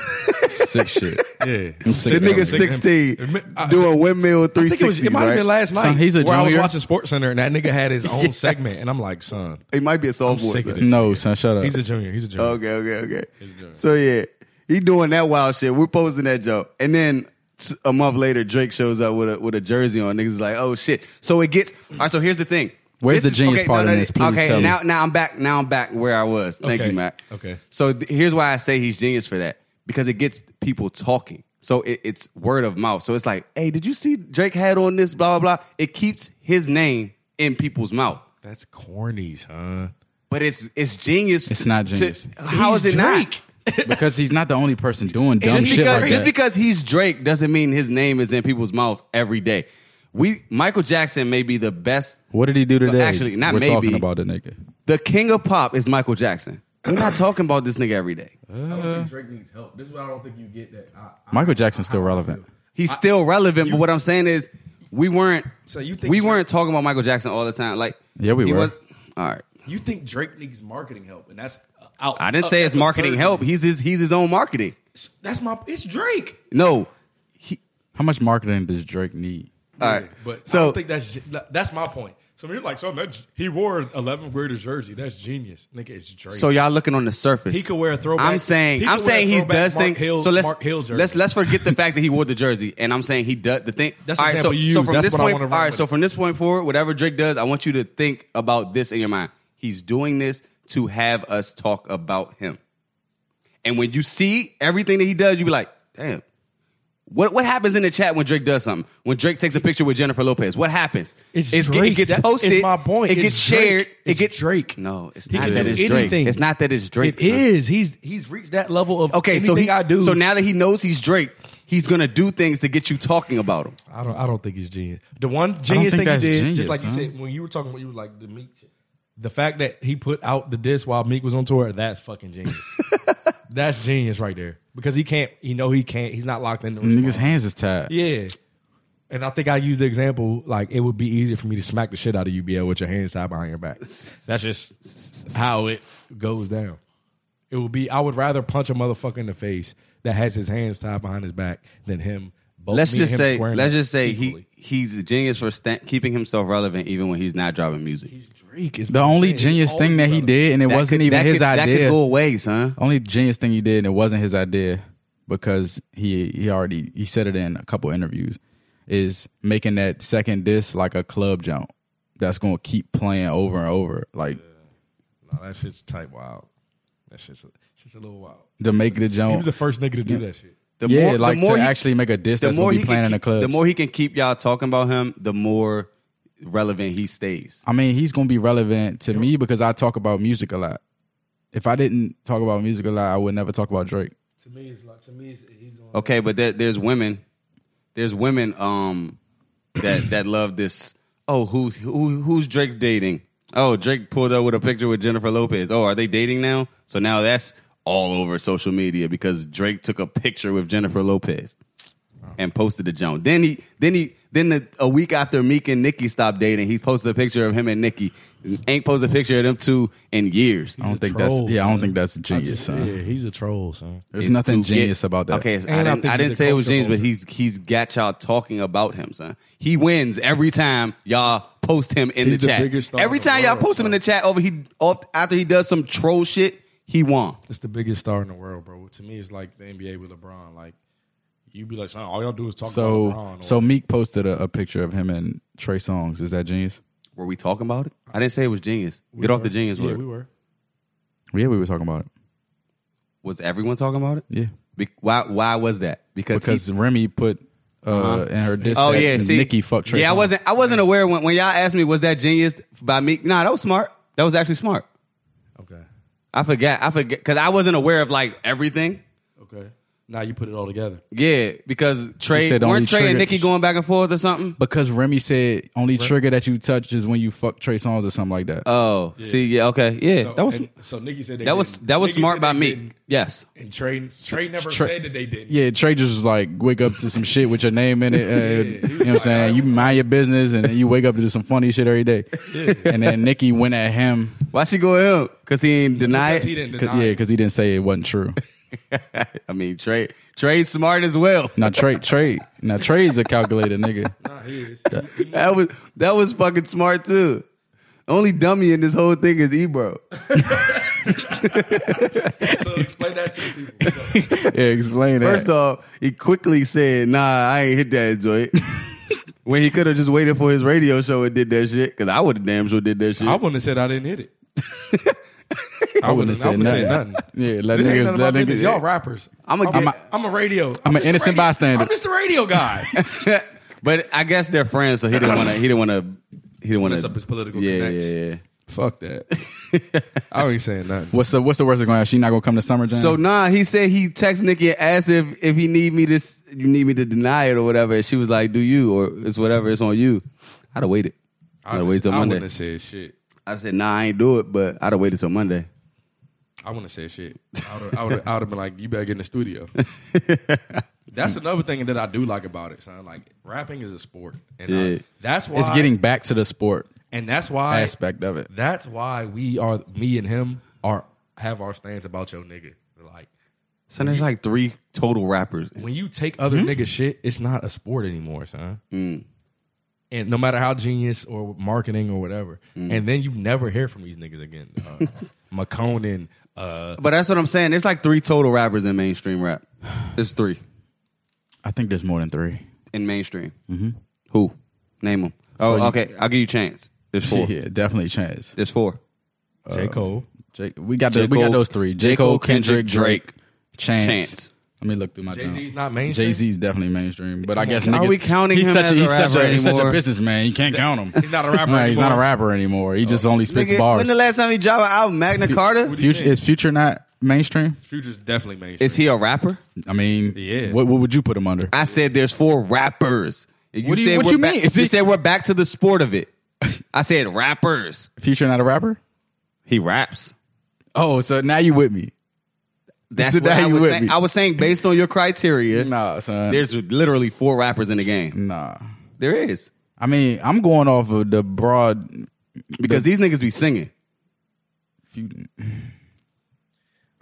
Speaker 4: sick shit.
Speaker 3: Yeah.
Speaker 4: I'm
Speaker 2: the
Speaker 4: sick of
Speaker 2: nigga's
Speaker 4: that.
Speaker 2: 16
Speaker 3: Admit- I-
Speaker 2: doing windmill
Speaker 3: I think
Speaker 2: 360.
Speaker 3: it was. It might have
Speaker 2: right?
Speaker 3: been last night.
Speaker 4: Son, he's a
Speaker 3: where I was
Speaker 4: junior.
Speaker 3: watching Sports Center, and that nigga
Speaker 2: *laughs*
Speaker 3: had his own segment, and I'm like, son,
Speaker 2: It might be a sophomore.
Speaker 3: sick of
Speaker 2: son.
Speaker 3: this.
Speaker 4: *laughs* No, son, shut up.
Speaker 3: he's a junior. He's a junior.
Speaker 2: Okay, okay, okay. So yeah, he doing that wild shit. We're posting that joke, and then t- a month later, Drake shows up with a with a jersey on. Niggas is like, oh shit. So it gets. All right. So here's the thing.
Speaker 4: Where's
Speaker 2: This
Speaker 4: the genius part in this? Please
Speaker 2: okay,
Speaker 4: tell me.
Speaker 2: now now I'm back. Now I'm back where I was. Thank
Speaker 3: Okay,
Speaker 2: you, Matt.
Speaker 3: okay.
Speaker 2: So th- here's why I say he's genius for that because it gets people talking. So it, it's word of mouth. So it's like, hey, did you see Drake had on this? Blah blah blah. It keeps his name in people's mouth.
Speaker 3: That's corny, son.
Speaker 2: But it's it's genius.
Speaker 4: It's
Speaker 2: to-
Speaker 4: not
Speaker 2: to-
Speaker 4: genius.
Speaker 2: how is
Speaker 3: He's
Speaker 2: it not?
Speaker 3: Drake.
Speaker 4: because he's not the only person doing dumb
Speaker 2: just
Speaker 4: shit
Speaker 2: because,
Speaker 4: like
Speaker 2: just
Speaker 4: that.
Speaker 2: because he's Drake doesn't mean his name is in people's mouths every day. We Michael Jackson may be the best.
Speaker 4: what did he do today?
Speaker 2: actually, not
Speaker 4: We're talking
Speaker 2: maybe.
Speaker 4: about the nigga.
Speaker 2: The king of pop is Michael Jackson. We're not talking about this nigga every day.
Speaker 3: I don't think Drake needs help. This is why I don't think you get that. I, I,
Speaker 4: Michael Jackson's still relevant.
Speaker 2: He's still relevant, but what I'm saying is we weren't
Speaker 3: So you think
Speaker 2: we
Speaker 3: Drake-
Speaker 2: weren't talking about Michael Jackson all the time. Like
Speaker 4: Yeah, we
Speaker 2: he
Speaker 4: were.
Speaker 2: all right.
Speaker 3: you think Drake needs marketing help, and that's out.
Speaker 2: I didn't say it's marketing help. He's his he's his own marketing.
Speaker 3: That's my. It's Drake.
Speaker 2: No. He,
Speaker 4: How much marketing does Drake need?
Speaker 2: all right.
Speaker 3: But
Speaker 2: so
Speaker 3: I don't think that's ge- that's my point. So when you're like, so that he wore an 11th grader jersey. That's genius, nigga. It's Drake.
Speaker 2: So y'all looking on the surface.
Speaker 3: He could wear a throwback-
Speaker 2: I'm saying
Speaker 3: he
Speaker 2: I'm
Speaker 3: could wear a
Speaker 2: saying he
Speaker 3: throwback
Speaker 2: does
Speaker 3: Mark
Speaker 2: think
Speaker 3: Hill-
Speaker 2: so. Let's
Speaker 3: Mark Hill jersey.
Speaker 2: let's let's forget the fact that he wore the jersey, and I'm saying he does the thing.
Speaker 3: That's the
Speaker 2: all right, so,
Speaker 3: example you
Speaker 2: so
Speaker 3: used.
Speaker 2: from
Speaker 3: That's
Speaker 2: this
Speaker 3: what I
Speaker 2: point,
Speaker 3: wanna
Speaker 2: all
Speaker 3: run
Speaker 2: right.
Speaker 3: with.
Speaker 2: So from this point forward, whatever Drake does, I want you to think about this in your mind. He's doing this to have us talk about him, and when you see everything that he does, you be like, damn. What what happens in the chat when Drake does something? When Drake takes a picture with Jennifer Lopez, what happens?
Speaker 3: It's
Speaker 2: get-
Speaker 3: Drake.
Speaker 2: It gets
Speaker 3: That is
Speaker 2: posted.
Speaker 3: my point.
Speaker 2: It
Speaker 3: It's
Speaker 2: gets shared.
Speaker 3: Drake.
Speaker 2: It
Speaker 3: It's
Speaker 2: gets
Speaker 3: Drake.
Speaker 2: No, it's
Speaker 3: He
Speaker 2: not
Speaker 3: can
Speaker 2: that
Speaker 3: do
Speaker 2: it's Drake.
Speaker 3: anything.
Speaker 2: It's not that it's Drake.
Speaker 3: It
Speaker 2: son.
Speaker 3: is. He's he's reached that level of
Speaker 2: Okay, so
Speaker 3: anything
Speaker 2: he
Speaker 3: I do.
Speaker 2: so now that he knows he's Drake, he's gonna do things to get you talking about him.
Speaker 3: I don't. I don't think he's genius. The one genius
Speaker 4: think
Speaker 3: thing he
Speaker 4: that's
Speaker 3: did,
Speaker 4: genius,
Speaker 3: just like
Speaker 4: huh?
Speaker 3: you said when you were talking about, you were like the Meek. shit. The fact that he put out the disc while Meek was on tour, that's fucking genius. that's genius right there because he can't. You know he can't. He's not locked into.
Speaker 4: Niggas' hands is tied.
Speaker 3: Yeah. And I think I use the example like it would be easier for me to smack the shit out of you, BL, with your hands tied behind your back. That's just how it goes down. It would be I would rather punch a motherfucker in the face that has his hands tied behind his back than him. Both
Speaker 2: Let's
Speaker 3: me and
Speaker 2: just
Speaker 3: him
Speaker 2: say,
Speaker 3: squaring
Speaker 2: let's
Speaker 3: up
Speaker 2: just say
Speaker 3: equally.
Speaker 2: he he's a genius for sta- keeping himself relevant even when he's not dropping music.
Speaker 3: Drake is
Speaker 4: The only genius thing that he did, and it
Speaker 2: That
Speaker 4: wasn't
Speaker 2: could-
Speaker 4: even
Speaker 2: that
Speaker 4: his
Speaker 2: could-
Speaker 4: idea.
Speaker 2: That could go away, son.
Speaker 4: only genius thing he did and it wasn't his idea because he he already he said it in a couple interviews is making that second disc like a club jump that's gonna keep playing over and over like
Speaker 3: No, that shit's type wild. That shit's a, shit's a little wild.
Speaker 4: to make the
Speaker 3: He was
Speaker 4: jump
Speaker 3: the first nigga to do that shit.
Speaker 2: The
Speaker 4: yeah
Speaker 2: the
Speaker 4: like to
Speaker 2: he-
Speaker 4: actually make a disc that's gonna be
Speaker 2: can
Speaker 4: playing in the
Speaker 2: keep-
Speaker 4: club
Speaker 2: the more he can keep y'all talking about him, the more relevant he stays.
Speaker 4: I mean he's gonna be relevant to me because I talk about music a lot if I didn't talk about music a lot I would never talk about Drake
Speaker 3: To me, it's like to me, he's on.
Speaker 2: Okay, but there, there's women, there's women um that that love this. Oh, who's who, who's Drake's dating? Oh, Drake pulled up with a picture with Jennifer Lopez. Oh, are they dating now? So now that's all over social media because Drake took a picture with Jennifer Lopez and posted the Joan. Then he then he then the, a week after Meek and Nicki stopped dating, he posted a picture of him and Nicki. Ain't posted a picture of them two in years.
Speaker 4: I don't
Speaker 3: a
Speaker 4: think
Speaker 3: troll,
Speaker 4: that's yeah I don't
Speaker 3: son.
Speaker 4: think that's genius son
Speaker 3: Yeah, he's a troll, son.
Speaker 4: there's
Speaker 2: It's
Speaker 4: nothing
Speaker 2: to get-
Speaker 4: genius about that
Speaker 2: Okay, so I
Speaker 3: And I
Speaker 2: didn't,
Speaker 3: think
Speaker 2: I
Speaker 3: he's
Speaker 2: didn't
Speaker 3: a
Speaker 2: say it was
Speaker 3: culture
Speaker 2: genius, but
Speaker 3: vulture.
Speaker 2: he's he's got y'all talking about him, son. He wins every time y'all post him in
Speaker 3: He's
Speaker 2: the
Speaker 3: the
Speaker 2: chat.
Speaker 3: biggest star
Speaker 2: every
Speaker 3: in the
Speaker 2: time y'all
Speaker 3: world,
Speaker 2: post him in the chat over he off, after he does some troll shit, he won.
Speaker 3: It's the biggest star in the world, bro. To me, it's like the NBA with LeBron. Like you be like, son, all y'all do is talk about
Speaker 4: So
Speaker 3: LeBron.
Speaker 4: so Meek posted a, a picture of him and Trey Songz. Is that genius?
Speaker 2: Were we talking about it? I didn't say it was genius. Get off the genius
Speaker 3: yeah,
Speaker 2: word.
Speaker 3: we were.
Speaker 4: Yeah, we were talking about it.
Speaker 2: Was everyone talking about it?
Speaker 4: Yeah,
Speaker 2: Be- why why was that? Because,
Speaker 4: because
Speaker 2: he-
Speaker 4: Remy put uh, in her diss.
Speaker 2: Oh
Speaker 4: that
Speaker 2: yeah, see,
Speaker 4: Nicki fucked Trey.
Speaker 2: Yeah, I
Speaker 4: Songz.
Speaker 2: wasn't. I wasn't aware when, when y'all asked me was that genius by Meek. Nah, that was smart. That was actually smart.
Speaker 3: Okay,
Speaker 2: I forgot. I forget because I wasn't aware of like everything.
Speaker 3: okay. Now you put it all together.
Speaker 2: Yeah, because Trey
Speaker 4: said only
Speaker 2: weren't Trey and
Speaker 4: triggered-
Speaker 2: Nikki going back and forth or something.
Speaker 4: Because Remy said only trigger that you touch is when you fuck Trey Songz or something like that.
Speaker 2: Oh, see, yeah, okay, yeah,
Speaker 3: So,
Speaker 2: that was
Speaker 3: and- so Nikki said they
Speaker 2: that was
Speaker 3: didn't.
Speaker 2: that was
Speaker 3: Nikki
Speaker 2: smart
Speaker 3: said
Speaker 2: by
Speaker 3: they
Speaker 2: me.
Speaker 3: didn't,
Speaker 2: Yes,
Speaker 3: And Trey, Trey never
Speaker 4: Trey-
Speaker 3: said that they didn't.
Speaker 4: yeah, Trey just was like, wake up to some shit with your
Speaker 3: *laughs*
Speaker 4: name in it. Uh, you know what I'm saying? You mind your business and then you wake up to some funny shit every day. And then Nikki went at him.
Speaker 2: why she go him? Because he didn't deny
Speaker 3: because
Speaker 2: it.
Speaker 3: he didn't
Speaker 4: 'cause-
Speaker 3: deny.
Speaker 4: yeah,
Speaker 3: it.
Speaker 4: because he didn't say it wasn't true.
Speaker 2: I mean, Trey Trey's smart as well. *laughs*
Speaker 4: Now Trey, Trey, now Trey's a
Speaker 3: *laughs*
Speaker 4: calculated nigga.
Speaker 3: Nah, he is.
Speaker 2: That was that was fucking smart too. Only dummy in this whole thing is Ebro.
Speaker 3: so explain that to the people. So,
Speaker 4: Yeah, explain that.
Speaker 2: First off, he quickly said, "Nah, I ain't hit that joint." *laughs* when he could have just waited for his radio show and did that shit, because I would have damn sure did that shit.
Speaker 3: I wouldn't have said I didn't hit it. I wouldn't have said nothing.
Speaker 4: *laughs* Yeah, let
Speaker 3: This ain't none
Speaker 4: niggas,
Speaker 3: of my
Speaker 4: let niggas.
Speaker 3: business. Y'all rappers.
Speaker 2: I'm a,
Speaker 4: I'm a-
Speaker 3: I'm a radio. I'm,
Speaker 4: an
Speaker 3: just a
Speaker 4: innocent
Speaker 3: radio-
Speaker 4: bystander.
Speaker 3: I'm just a radio guy.
Speaker 2: *laughs* but I guess they're friends, so he didn't want to. He didn't want to. He didn't want to
Speaker 3: Mess up his political
Speaker 2: yeah, yeah,
Speaker 3: connects.
Speaker 2: yeah.
Speaker 3: Fuck that. *laughs* I ain't saying nothing.
Speaker 4: What's the what's the worst that's gonna happen? She not gonna come to summer jam.
Speaker 2: So nah, he said he texted Nikki and asked if if he need me to s- you need me to deny it or whatever. And she was like, "Do you or it's whatever. It's on you." I'd have waited. I'd have waited till
Speaker 3: I wouldn't
Speaker 2: Monday.
Speaker 3: have said shit.
Speaker 2: I said, "Nah, I ain't do it," but I'd have waited till Monday.
Speaker 3: I wouldn't have said shit. I would have, I would have, I would have been like, you better get in the studio. that's another thing that I do like about it, son. Like rapping is a sport, and I-
Speaker 2: Yeah.
Speaker 3: that's why
Speaker 4: it's getting back to the sport
Speaker 3: and that's why
Speaker 4: aspect of it.
Speaker 3: That's why we are me and him are have our stance about your nigga. Like
Speaker 2: So there's like three total rappers.
Speaker 3: when you take other nigga shit, it's not a sport anymore, son. And no matter how genius or marketing or whatever, and then you never hear from these niggas again. Uh, McConan, uh,
Speaker 2: But that's what I'm saying. There's like three total rappers in mainstream rap. There's three
Speaker 4: I think there's more than three.
Speaker 2: in mainstream. Mm-hmm. Who? Name them. Oh, okay. I'll give you a chance. There's
Speaker 3: *laughs*
Speaker 2: four.
Speaker 4: *laughs* Yeah, definitely Chance.
Speaker 2: There's four.
Speaker 3: J Cole.
Speaker 4: Jake, we got
Speaker 2: J.
Speaker 4: the, we got
Speaker 2: Cole-
Speaker 4: those three: J. Cole, Kendrick, Drake, Chance.
Speaker 2: Chance.
Speaker 4: Let me look through my
Speaker 3: Jay Z's
Speaker 4: junk.
Speaker 3: not mainstream.
Speaker 4: Jay Z's definitely mainstream, but I guess
Speaker 2: Are
Speaker 4: niggas,
Speaker 2: we counting
Speaker 4: he's
Speaker 2: him
Speaker 4: such
Speaker 2: as a
Speaker 4: a, he's such
Speaker 2: rapper
Speaker 4: a he's such a
Speaker 2: anymore?
Speaker 4: businessman. You can't count him.
Speaker 3: He's not a
Speaker 4: *laughs*
Speaker 3: rapper
Speaker 4: Right, he's not a
Speaker 3: anymore.
Speaker 4: rapper anymore. He just only spits
Speaker 2: Nigga,
Speaker 4: bars.
Speaker 2: when the last time he dropped an album, Magna Carta?
Speaker 3: do you
Speaker 4: Future
Speaker 3: think?
Speaker 4: is Future not mainstream?
Speaker 3: Future's definitely mainstream.
Speaker 2: Is he a rapper?
Speaker 4: I mean,
Speaker 3: Yeah.
Speaker 4: What, what would you put him under?
Speaker 2: I said there's four rappers. You
Speaker 4: What do you-
Speaker 2: said
Speaker 4: what
Speaker 2: we're
Speaker 4: you
Speaker 2: back-
Speaker 4: mean? Is
Speaker 2: you
Speaker 4: it-
Speaker 2: said we're back to the sport of it. I said rappers.
Speaker 4: Future not a rapper?
Speaker 2: He raps.
Speaker 4: Oh, so now you with me?
Speaker 2: That's
Speaker 4: So
Speaker 2: what
Speaker 4: now
Speaker 2: I
Speaker 4: you
Speaker 2: was
Speaker 4: with
Speaker 2: saying.
Speaker 4: me.
Speaker 2: I was saying based on your criteria,
Speaker 4: Nah, Mm. son.
Speaker 2: there's literally four rappers in the game.
Speaker 4: nah.
Speaker 2: There is.
Speaker 4: I mean, I'm going off of the broad.
Speaker 2: Because these niggas be singing.
Speaker 4: few-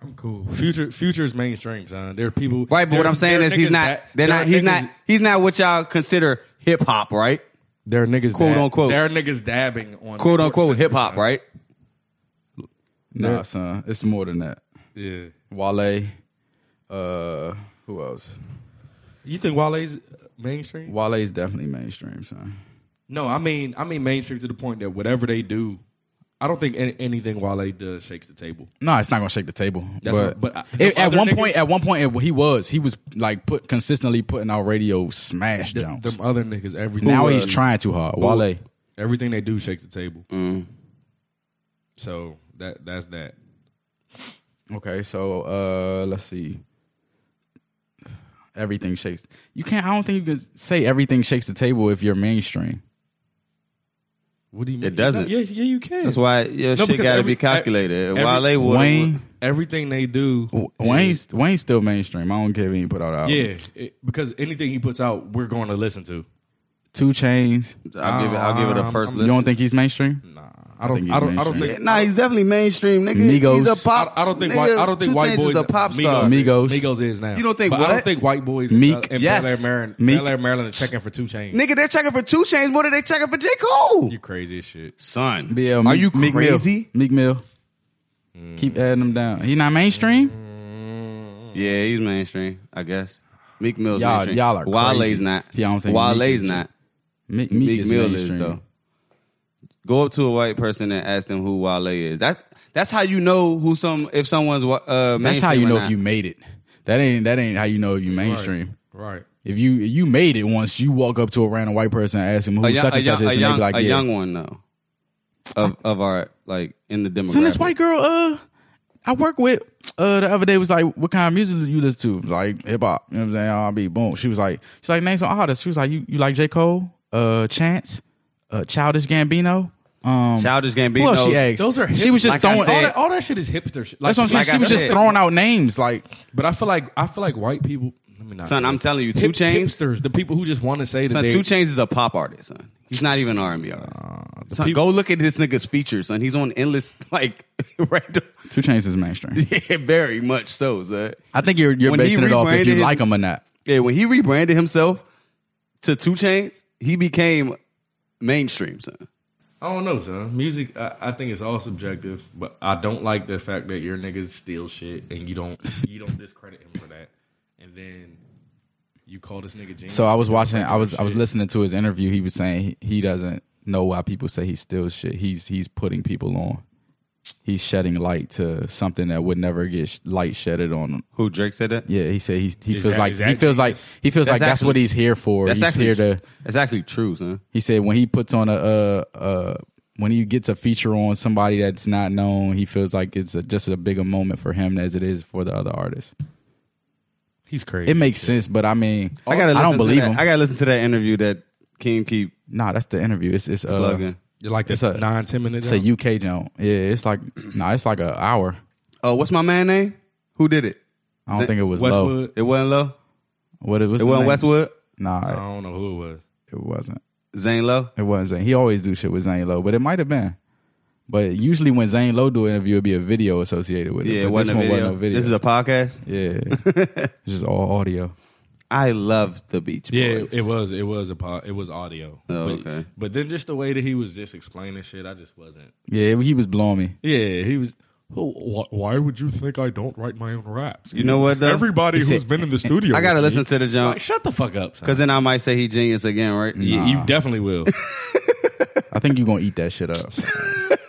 Speaker 3: I'm cool. Future Future's mainstream, son. There are people.
Speaker 2: Right, but
Speaker 3: there-
Speaker 2: what I'm saying
Speaker 3: there are
Speaker 2: is he's
Speaker 3: niggas
Speaker 2: not
Speaker 3: that-
Speaker 2: they're
Speaker 3: there are
Speaker 2: not he's
Speaker 3: niggas-
Speaker 2: not he's not what y'all consider hip hop, right?
Speaker 3: There are niggas
Speaker 2: Quote,
Speaker 3: dab-
Speaker 2: unquote.
Speaker 3: There are niggas dabbing on
Speaker 2: Quote
Speaker 3: sports
Speaker 2: unquote
Speaker 3: centers,
Speaker 2: hip hop,
Speaker 3: man.
Speaker 2: right?
Speaker 4: Nah, son. It's more than that.
Speaker 3: Yeah.
Speaker 4: Wale. Uh, who else?
Speaker 3: You think Wale's uh, mainstream?
Speaker 4: Wale's definitely mainstream, son.
Speaker 3: No, I mean I mean mainstream to the point that whatever they do, I don't think any, anything Wale does shakes the table.
Speaker 4: No, it's not gonna shake the table.
Speaker 3: That's
Speaker 4: but
Speaker 3: what- but I-
Speaker 4: it- at
Speaker 3: other
Speaker 4: one
Speaker 3: niggas-
Speaker 4: point, at one point, it, he was he was like put consistently putting out radio smash
Speaker 3: Them,
Speaker 4: jumps.
Speaker 3: them other niggas, everything
Speaker 4: now
Speaker 3: Who,
Speaker 4: he's
Speaker 3: uh,
Speaker 4: trying too hard. Wale.
Speaker 3: everything they do shakes the table.
Speaker 2: Mm-hmm.
Speaker 3: So that that's that.
Speaker 4: Okay, so uh let's see. Everything shakes. You can't. I don't think you can say everything shakes the table if you're mainstream.
Speaker 3: What do you mean?
Speaker 2: doesn't.
Speaker 3: No, yeah, yeah, you can.
Speaker 2: That's why your
Speaker 3: No,
Speaker 2: shit
Speaker 3: because
Speaker 2: gotta
Speaker 3: every-
Speaker 2: be calculated.
Speaker 3: every-
Speaker 2: Wale would
Speaker 4: Wayne,
Speaker 3: everything they do.
Speaker 4: W- Wayne's Wayne's still mainstream. I don't care if he ain't put out an album.
Speaker 3: Yeah, it- because anything he puts out, we're going to listen to.
Speaker 4: Two Chains.
Speaker 2: I'll give it I'll give it a
Speaker 3: Um,
Speaker 2: first
Speaker 3: I'm-
Speaker 2: listen.
Speaker 4: You don't think he's mainstream?
Speaker 3: Nah, I don't.
Speaker 4: think he's
Speaker 3: I, don't. I don't
Speaker 4: mainstream.
Speaker 3: think.
Speaker 2: Nah, he's definitely mainstream, nigga.
Speaker 4: Migos.
Speaker 2: He's a pop.
Speaker 3: I, I don't think
Speaker 2: nigga,
Speaker 3: white. I don't think
Speaker 2: Two
Speaker 3: white
Speaker 2: Chains
Speaker 3: boys
Speaker 2: is a pop star.
Speaker 4: Migos.
Speaker 3: Is, Migos is now.
Speaker 2: You don't think
Speaker 3: But I don't
Speaker 2: what?
Speaker 3: think white boys
Speaker 4: Meek?
Speaker 3: in
Speaker 2: Yes.
Speaker 3: Bel Air, Maryland,
Speaker 4: Meek.
Speaker 3: Bel Air, Maryland, are checking for two chains.
Speaker 2: Nigga, they're checking for two chains. What are they checking for J. Cole?
Speaker 3: You crazy as shit.
Speaker 2: Son,
Speaker 4: Yeah,
Speaker 2: are
Speaker 4: Meek-
Speaker 2: you
Speaker 4: Meek Mill.
Speaker 2: crazy?
Speaker 4: Meek Mill. Keep
Speaker 2: Mm.
Speaker 4: adding him down. He not mainstream.
Speaker 2: Yeah, he's mainstream, I guess. Meek Mill's
Speaker 4: Y'all-
Speaker 2: mainstream.
Speaker 4: y'all are
Speaker 2: Wale's
Speaker 4: crazy.
Speaker 2: not.
Speaker 4: Yeah, I don't think
Speaker 2: Wale's
Speaker 4: Meek is-
Speaker 2: not.
Speaker 4: Meek, Meek,
Speaker 2: Meek,
Speaker 4: is
Speaker 2: Mill
Speaker 4: mainstream.
Speaker 2: is though. Go up to a white person and ask them who Wale is. That that's how you know who some if someone's wa- uh mainstream
Speaker 4: That's how you
Speaker 2: or
Speaker 4: know
Speaker 2: not.
Speaker 4: if you made it. That ain't that ain't how you know you mainstream.
Speaker 3: Right.
Speaker 4: If you you made it once, you walk up to a random white person and ask him who
Speaker 2: a young,
Speaker 4: such
Speaker 2: a
Speaker 4: and
Speaker 2: young,
Speaker 4: such is,
Speaker 2: a
Speaker 4: and they
Speaker 2: young,
Speaker 4: be like,
Speaker 2: a
Speaker 4: yeah.
Speaker 2: young one though. Of of our like in the demographic.
Speaker 4: Isn't this white girl uh I work with uh the other day was like, what kind of music do you listen to? Like hip hop. You know what I'm saying? R&B. Boom. She was like, she's like name some artists. She was like, you you like J Cole, uh Chance, uh Childish Gambino, um.
Speaker 2: Childish
Speaker 4: who else
Speaker 2: Gambino.
Speaker 4: she asked?
Speaker 3: Those are hip-
Speaker 4: she was just
Speaker 2: Like I
Speaker 4: throwing.
Speaker 2: said-
Speaker 3: all, that, all that shit is hipster shit. Like,
Speaker 4: that's what I'm saying.
Speaker 2: like
Speaker 4: she
Speaker 2: I
Speaker 4: was just
Speaker 2: said.
Speaker 4: throwing out names like
Speaker 3: But I feel like I feel like white people. Let me not
Speaker 2: Son, I'm telling you, Two
Speaker 3: Hip-
Speaker 2: Chainz-
Speaker 3: hipsters, the people who just want to say that
Speaker 2: Son,
Speaker 3: they
Speaker 2: Two Chainz is a pop artist, son. He's not even an R&B artist. son,
Speaker 3: people-
Speaker 2: go look at this nigga's features, son. He's on endless, *laughs* like, random.
Speaker 4: Two Chainz is
Speaker 2: *laughs*
Speaker 4: mainstream.
Speaker 2: Yeah, very much so, son.
Speaker 4: I think you're you're
Speaker 2: When he
Speaker 4: basing it off if you
Speaker 2: rebranded-
Speaker 4: like them or not.
Speaker 2: Yeah, when he rebranded himself to Two Chains, he became mainstream, son.
Speaker 3: I don't know, son. Music, I, I think it's all subjective, but I don't like the fact that your niggas steal shit and you don't you don't discredit him for that, and then you call this nigga genius.
Speaker 4: So I was watching. I was I was listening to his interview. He was saying he, he doesn't know why people say he steals shit. He's he's putting people on. He's shedding light to something that would never get sh- light shedded on. him.
Speaker 2: Who Drake said that?
Speaker 4: Yeah, he said he he feels
Speaker 3: that-
Speaker 4: like
Speaker 3: is
Speaker 4: he
Speaker 3: that
Speaker 4: feels like
Speaker 3: genius?
Speaker 4: he feels
Speaker 2: That's
Speaker 4: like that's
Speaker 2: actually-
Speaker 4: what he's here for.
Speaker 2: That's
Speaker 4: he's
Speaker 2: actually
Speaker 4: here to.
Speaker 2: that's actually true, son.
Speaker 4: He said when he puts on a uh uh when he gets a feature on somebody that's not known, he feels like it's a, just a bigger moment for him as it is for the other artist.
Speaker 3: He's crazy.
Speaker 4: It makes sense, but I mean,
Speaker 2: I gotta. Listen
Speaker 4: Oh, I don't believe
Speaker 2: to that.
Speaker 4: him.
Speaker 2: I gotta listen to that interview that Keem keep
Speaker 4: nah, that's the interview. It's it's uh,
Speaker 2: plugging.
Speaker 3: You're like
Speaker 4: It's
Speaker 3: this
Speaker 4: a-
Speaker 3: nine ten minutes.
Speaker 4: It's a UK joint. Yeah, it's like nah, it's like an hour.
Speaker 2: Oh, what's my man name? Who did it?
Speaker 4: I don't think it was low.
Speaker 3: Westwood.
Speaker 2: It wasn't Low.
Speaker 4: What it was?
Speaker 2: It wasn't Westwood.
Speaker 3: I
Speaker 4: Nah,
Speaker 3: don't know who it was.
Speaker 4: it wasn't.
Speaker 2: Zane Low.
Speaker 4: It wasn't Zane. He always do shit with Zane Low, but it might have been. But usually when Zane Low do an interview, it'd be a video associated with it.
Speaker 2: Yeah, it
Speaker 4: But
Speaker 2: wasn't a,
Speaker 4: this
Speaker 2: video.
Speaker 4: one wasn't no video.
Speaker 2: This is a podcast.
Speaker 4: yeah, It's just all audio.
Speaker 2: I love the Beach
Speaker 3: Yeah,
Speaker 2: Boys.
Speaker 3: it, it was. It was a pod, It was audio.
Speaker 2: Oh,
Speaker 3: but,
Speaker 2: okay.
Speaker 3: But then just the way that he was just explaining shit, I just wasn't.
Speaker 4: Yeah, he was blowing me.
Speaker 3: Yeah, he was. Oh, wh- why would you think I don't write my own raps?
Speaker 2: You know what, though?
Speaker 3: Everybody
Speaker 4: He
Speaker 3: who's
Speaker 4: said-
Speaker 3: been in the studio,
Speaker 2: I gotta
Speaker 3: with me-
Speaker 2: listen to the
Speaker 3: Like,
Speaker 2: jump
Speaker 3: shut the fuck up, son.
Speaker 2: because then I might say he genius again, right?
Speaker 3: Yeah, you definitely will.
Speaker 4: I think you gonna eat that shit up.
Speaker 3: *laughs*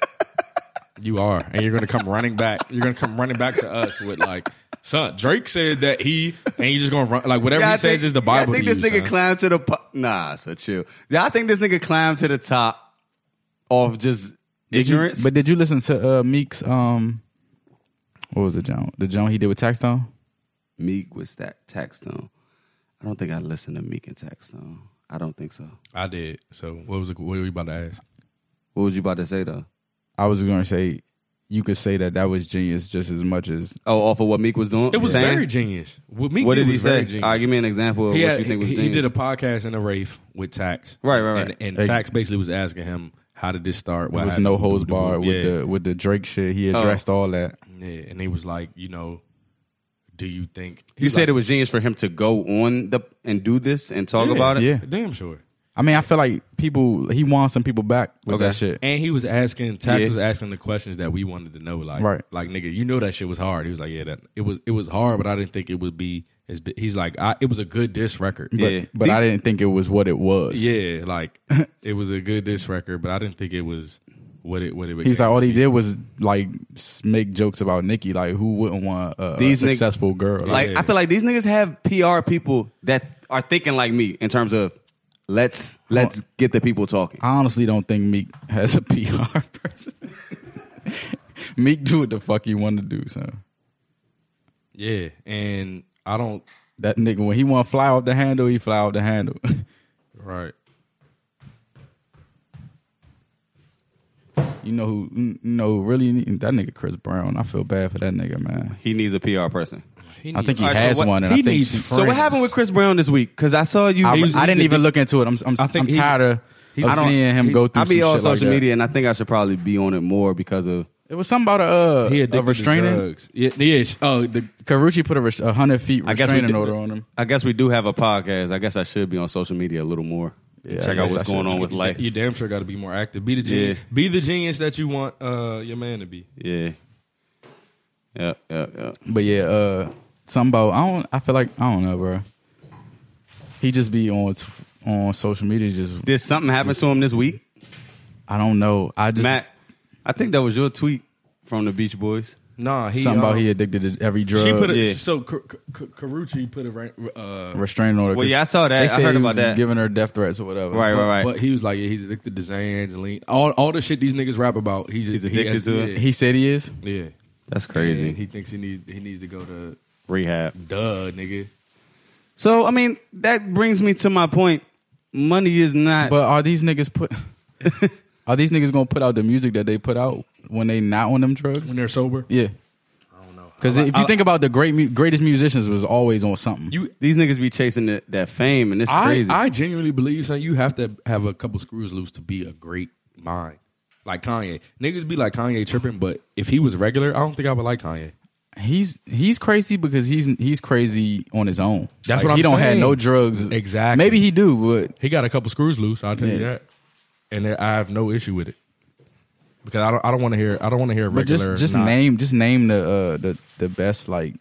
Speaker 3: You are, and you're gonna come running back. You're gonna come running back to us with like, son. Drake said that he, and you're just gonna run like whatever
Speaker 2: Yeah,
Speaker 3: he says is the Bible.
Speaker 2: I think
Speaker 3: to
Speaker 2: this
Speaker 3: you,
Speaker 2: nigga
Speaker 3: son.
Speaker 2: climbed to the po- nah, so chill. Yeah, I think this nigga climbed to the top of just ignorance.
Speaker 4: But did you listen to uh, Meek's um? What was the joint? The joint he did with Taxstone.
Speaker 2: Meek was that Taxstone. I don't think I listened to Meek and Taxstone. I don't think so.
Speaker 3: I did. So what was the, what were you about to ask?
Speaker 2: What was you about to say though?
Speaker 4: I was gonna say you could say that that was genius just as much as
Speaker 2: Oh, off of what Meek was doing.
Speaker 3: It was
Speaker 2: saying?
Speaker 3: very genius. With me,
Speaker 2: What did he
Speaker 3: was very
Speaker 2: say?
Speaker 3: Genius.
Speaker 2: All right, give me an example of
Speaker 3: he,
Speaker 2: what
Speaker 3: had-
Speaker 2: you think was
Speaker 3: he, he
Speaker 2: genius.
Speaker 3: did a podcast in a rave with Tax.
Speaker 2: Right, right, right.
Speaker 3: And, and
Speaker 4: Ex-
Speaker 3: Tax basically was asking him, "How did this start? What
Speaker 4: It was
Speaker 3: happened?"
Speaker 4: no hose bar with
Speaker 3: Yeah.
Speaker 4: the with the Drake shit.
Speaker 2: Oh.
Speaker 4: He addressed all that.
Speaker 3: Yeah, and he was like, you know, do you think
Speaker 2: you said it was genius for him to go on the and do this and talk
Speaker 3: Yeah.
Speaker 2: about it.
Speaker 4: Yeah.
Speaker 3: damn sure?
Speaker 4: I mean, I feel like people he won some people back with
Speaker 2: Okay.
Speaker 4: that shit.
Speaker 3: And he was asking, Tax
Speaker 2: Yeah.
Speaker 3: was asking the questions that we wanted to know. Like,
Speaker 4: Right.
Speaker 3: like nigga, you know that shit was hard. He was like, yeah, that it was it was hard, but I didn't think it would be as. Big. He's like, I, it was a good diss record.
Speaker 4: But,
Speaker 2: Yeah.
Speaker 4: but I didn't think it was what it was.
Speaker 3: yeah,
Speaker 4: *laughs*
Speaker 3: like it was a good diss record, but I didn't think it was what it what it.
Speaker 4: He was like, all he did was like s- make jokes about Nikki. Like, who wouldn't want a,
Speaker 2: These
Speaker 4: a
Speaker 2: nigg-
Speaker 4: successful girl?
Speaker 2: Like I feel like these niggas have PR people that are thinking like me in terms of let's let's get the people talking.
Speaker 4: I honestly don't think Meek has a *laughs* PR person. Meek do what the fuck he wanted to do, son.
Speaker 3: yeah, and I don't
Speaker 4: That nigga when he want to fly off the handle, he fly off the handle. *laughs*
Speaker 3: right.
Speaker 4: you know who? You know who really? Need, that nigga Chris Brown. I feel bad for that nigga, man.
Speaker 2: He needs a PR person.
Speaker 3: He
Speaker 4: I
Speaker 3: needs-
Speaker 4: think he
Speaker 2: All right, so
Speaker 4: has
Speaker 2: what-
Speaker 4: one, and
Speaker 3: he
Speaker 4: I think
Speaker 3: needs
Speaker 4: she-
Speaker 3: friends.
Speaker 2: So what happened with Chris Brown this week? Because I saw you.
Speaker 4: I,
Speaker 3: was-
Speaker 4: I didn't
Speaker 3: he's a
Speaker 4: even
Speaker 3: di-
Speaker 4: look into it. I'm I'm,
Speaker 3: I
Speaker 4: I
Speaker 3: think
Speaker 4: am
Speaker 3: he's-
Speaker 4: tired of,
Speaker 3: he's-
Speaker 4: of
Speaker 3: I don't-
Speaker 4: seeing him
Speaker 3: he-
Speaker 4: go through.
Speaker 2: I be
Speaker 4: some
Speaker 2: on
Speaker 4: shit like
Speaker 2: social
Speaker 4: that.
Speaker 2: media, and I think I should probably be on it more because of
Speaker 4: It was something about a uh,
Speaker 3: he
Speaker 4: a
Speaker 3: addicted
Speaker 4: restraining.
Speaker 3: to drugs? Yeah, yeah. sh- Oh, the
Speaker 4: Carucci put a, res- a hundred feet
Speaker 2: I guess we
Speaker 4: restraining
Speaker 2: did-
Speaker 4: order on him.
Speaker 2: I guess we do have a podcast. I guess I should be on social media a little more.
Speaker 4: Yeah, I
Speaker 2: Check out
Speaker 4: guess
Speaker 2: what's
Speaker 4: I
Speaker 2: going
Speaker 4: should.
Speaker 2: on with life.
Speaker 3: you damn sure got to be more active. Be the genius.
Speaker 2: Yeah.
Speaker 3: Be the genius that you want uh, your man to be.
Speaker 2: Yeah. Yeah, yeah, yeah.
Speaker 4: But yeah, uh, something about I don't. I feel like I don't know, bro. He just be on t- on social media. Just
Speaker 2: Did something happen to him this week?
Speaker 4: I don't know. I just
Speaker 2: Matt, I think that was your tweet from the Beach Boys.
Speaker 3: Nah, he
Speaker 4: something about
Speaker 3: um,
Speaker 4: he addicted to every drug.
Speaker 3: She put a,
Speaker 2: yeah.
Speaker 3: so Car- Car- Carucci put a rank- uh,
Speaker 4: restraining order.
Speaker 2: Well, yeah,
Speaker 4: 'cause
Speaker 2: I saw that.
Speaker 4: they
Speaker 2: I
Speaker 4: said
Speaker 2: heard
Speaker 4: he
Speaker 2: about
Speaker 4: was
Speaker 2: that.
Speaker 4: Giving her death threats or whatever.
Speaker 2: Right, right, right.
Speaker 3: But he was like, yeah, he's addicted to Zans, lean, all all the shit these niggas rap about. He's,
Speaker 2: He's addicted
Speaker 3: he has-
Speaker 2: to it?
Speaker 4: He said he is.
Speaker 3: Yeah, yeah.
Speaker 2: That's crazy.
Speaker 4: he thinks he needs he needs to go to
Speaker 2: Rehab.
Speaker 4: duh, nigga.
Speaker 2: So I mean, that brings me to my point. Money is not.
Speaker 4: *laughs* But are these niggas put? *laughs* are these niggas gonna put out the music that they put out when they not on them drugs?
Speaker 3: when they're sober.
Speaker 4: Yeah. Because if you think about the great, mu- greatest musicians was always on something.
Speaker 3: You,
Speaker 2: these niggas be chasing the, that fame, and it's
Speaker 3: I,
Speaker 2: crazy.
Speaker 3: I genuinely believe son, you have to have a couple screws loose to be a great mind. Like Kanye, niggas be like Kanye tripping, but if he was regular, I don't think I would like Kanye.
Speaker 4: he's he's crazy because he's he's crazy on his own.
Speaker 3: That's
Speaker 4: Like,
Speaker 3: what I'm
Speaker 4: He don't have
Speaker 3: saying.
Speaker 4: no drugs.
Speaker 3: Exactly.
Speaker 4: Maybe he do, but
Speaker 3: He got a couple screws loose. I'll tell you
Speaker 4: Yeah.
Speaker 3: that, and there- I have no issue with it because I don't. I don't want to hear. I don't want to hear a
Speaker 4: but
Speaker 3: regular.
Speaker 4: just just
Speaker 3: not-
Speaker 4: name just name the uh, the the best like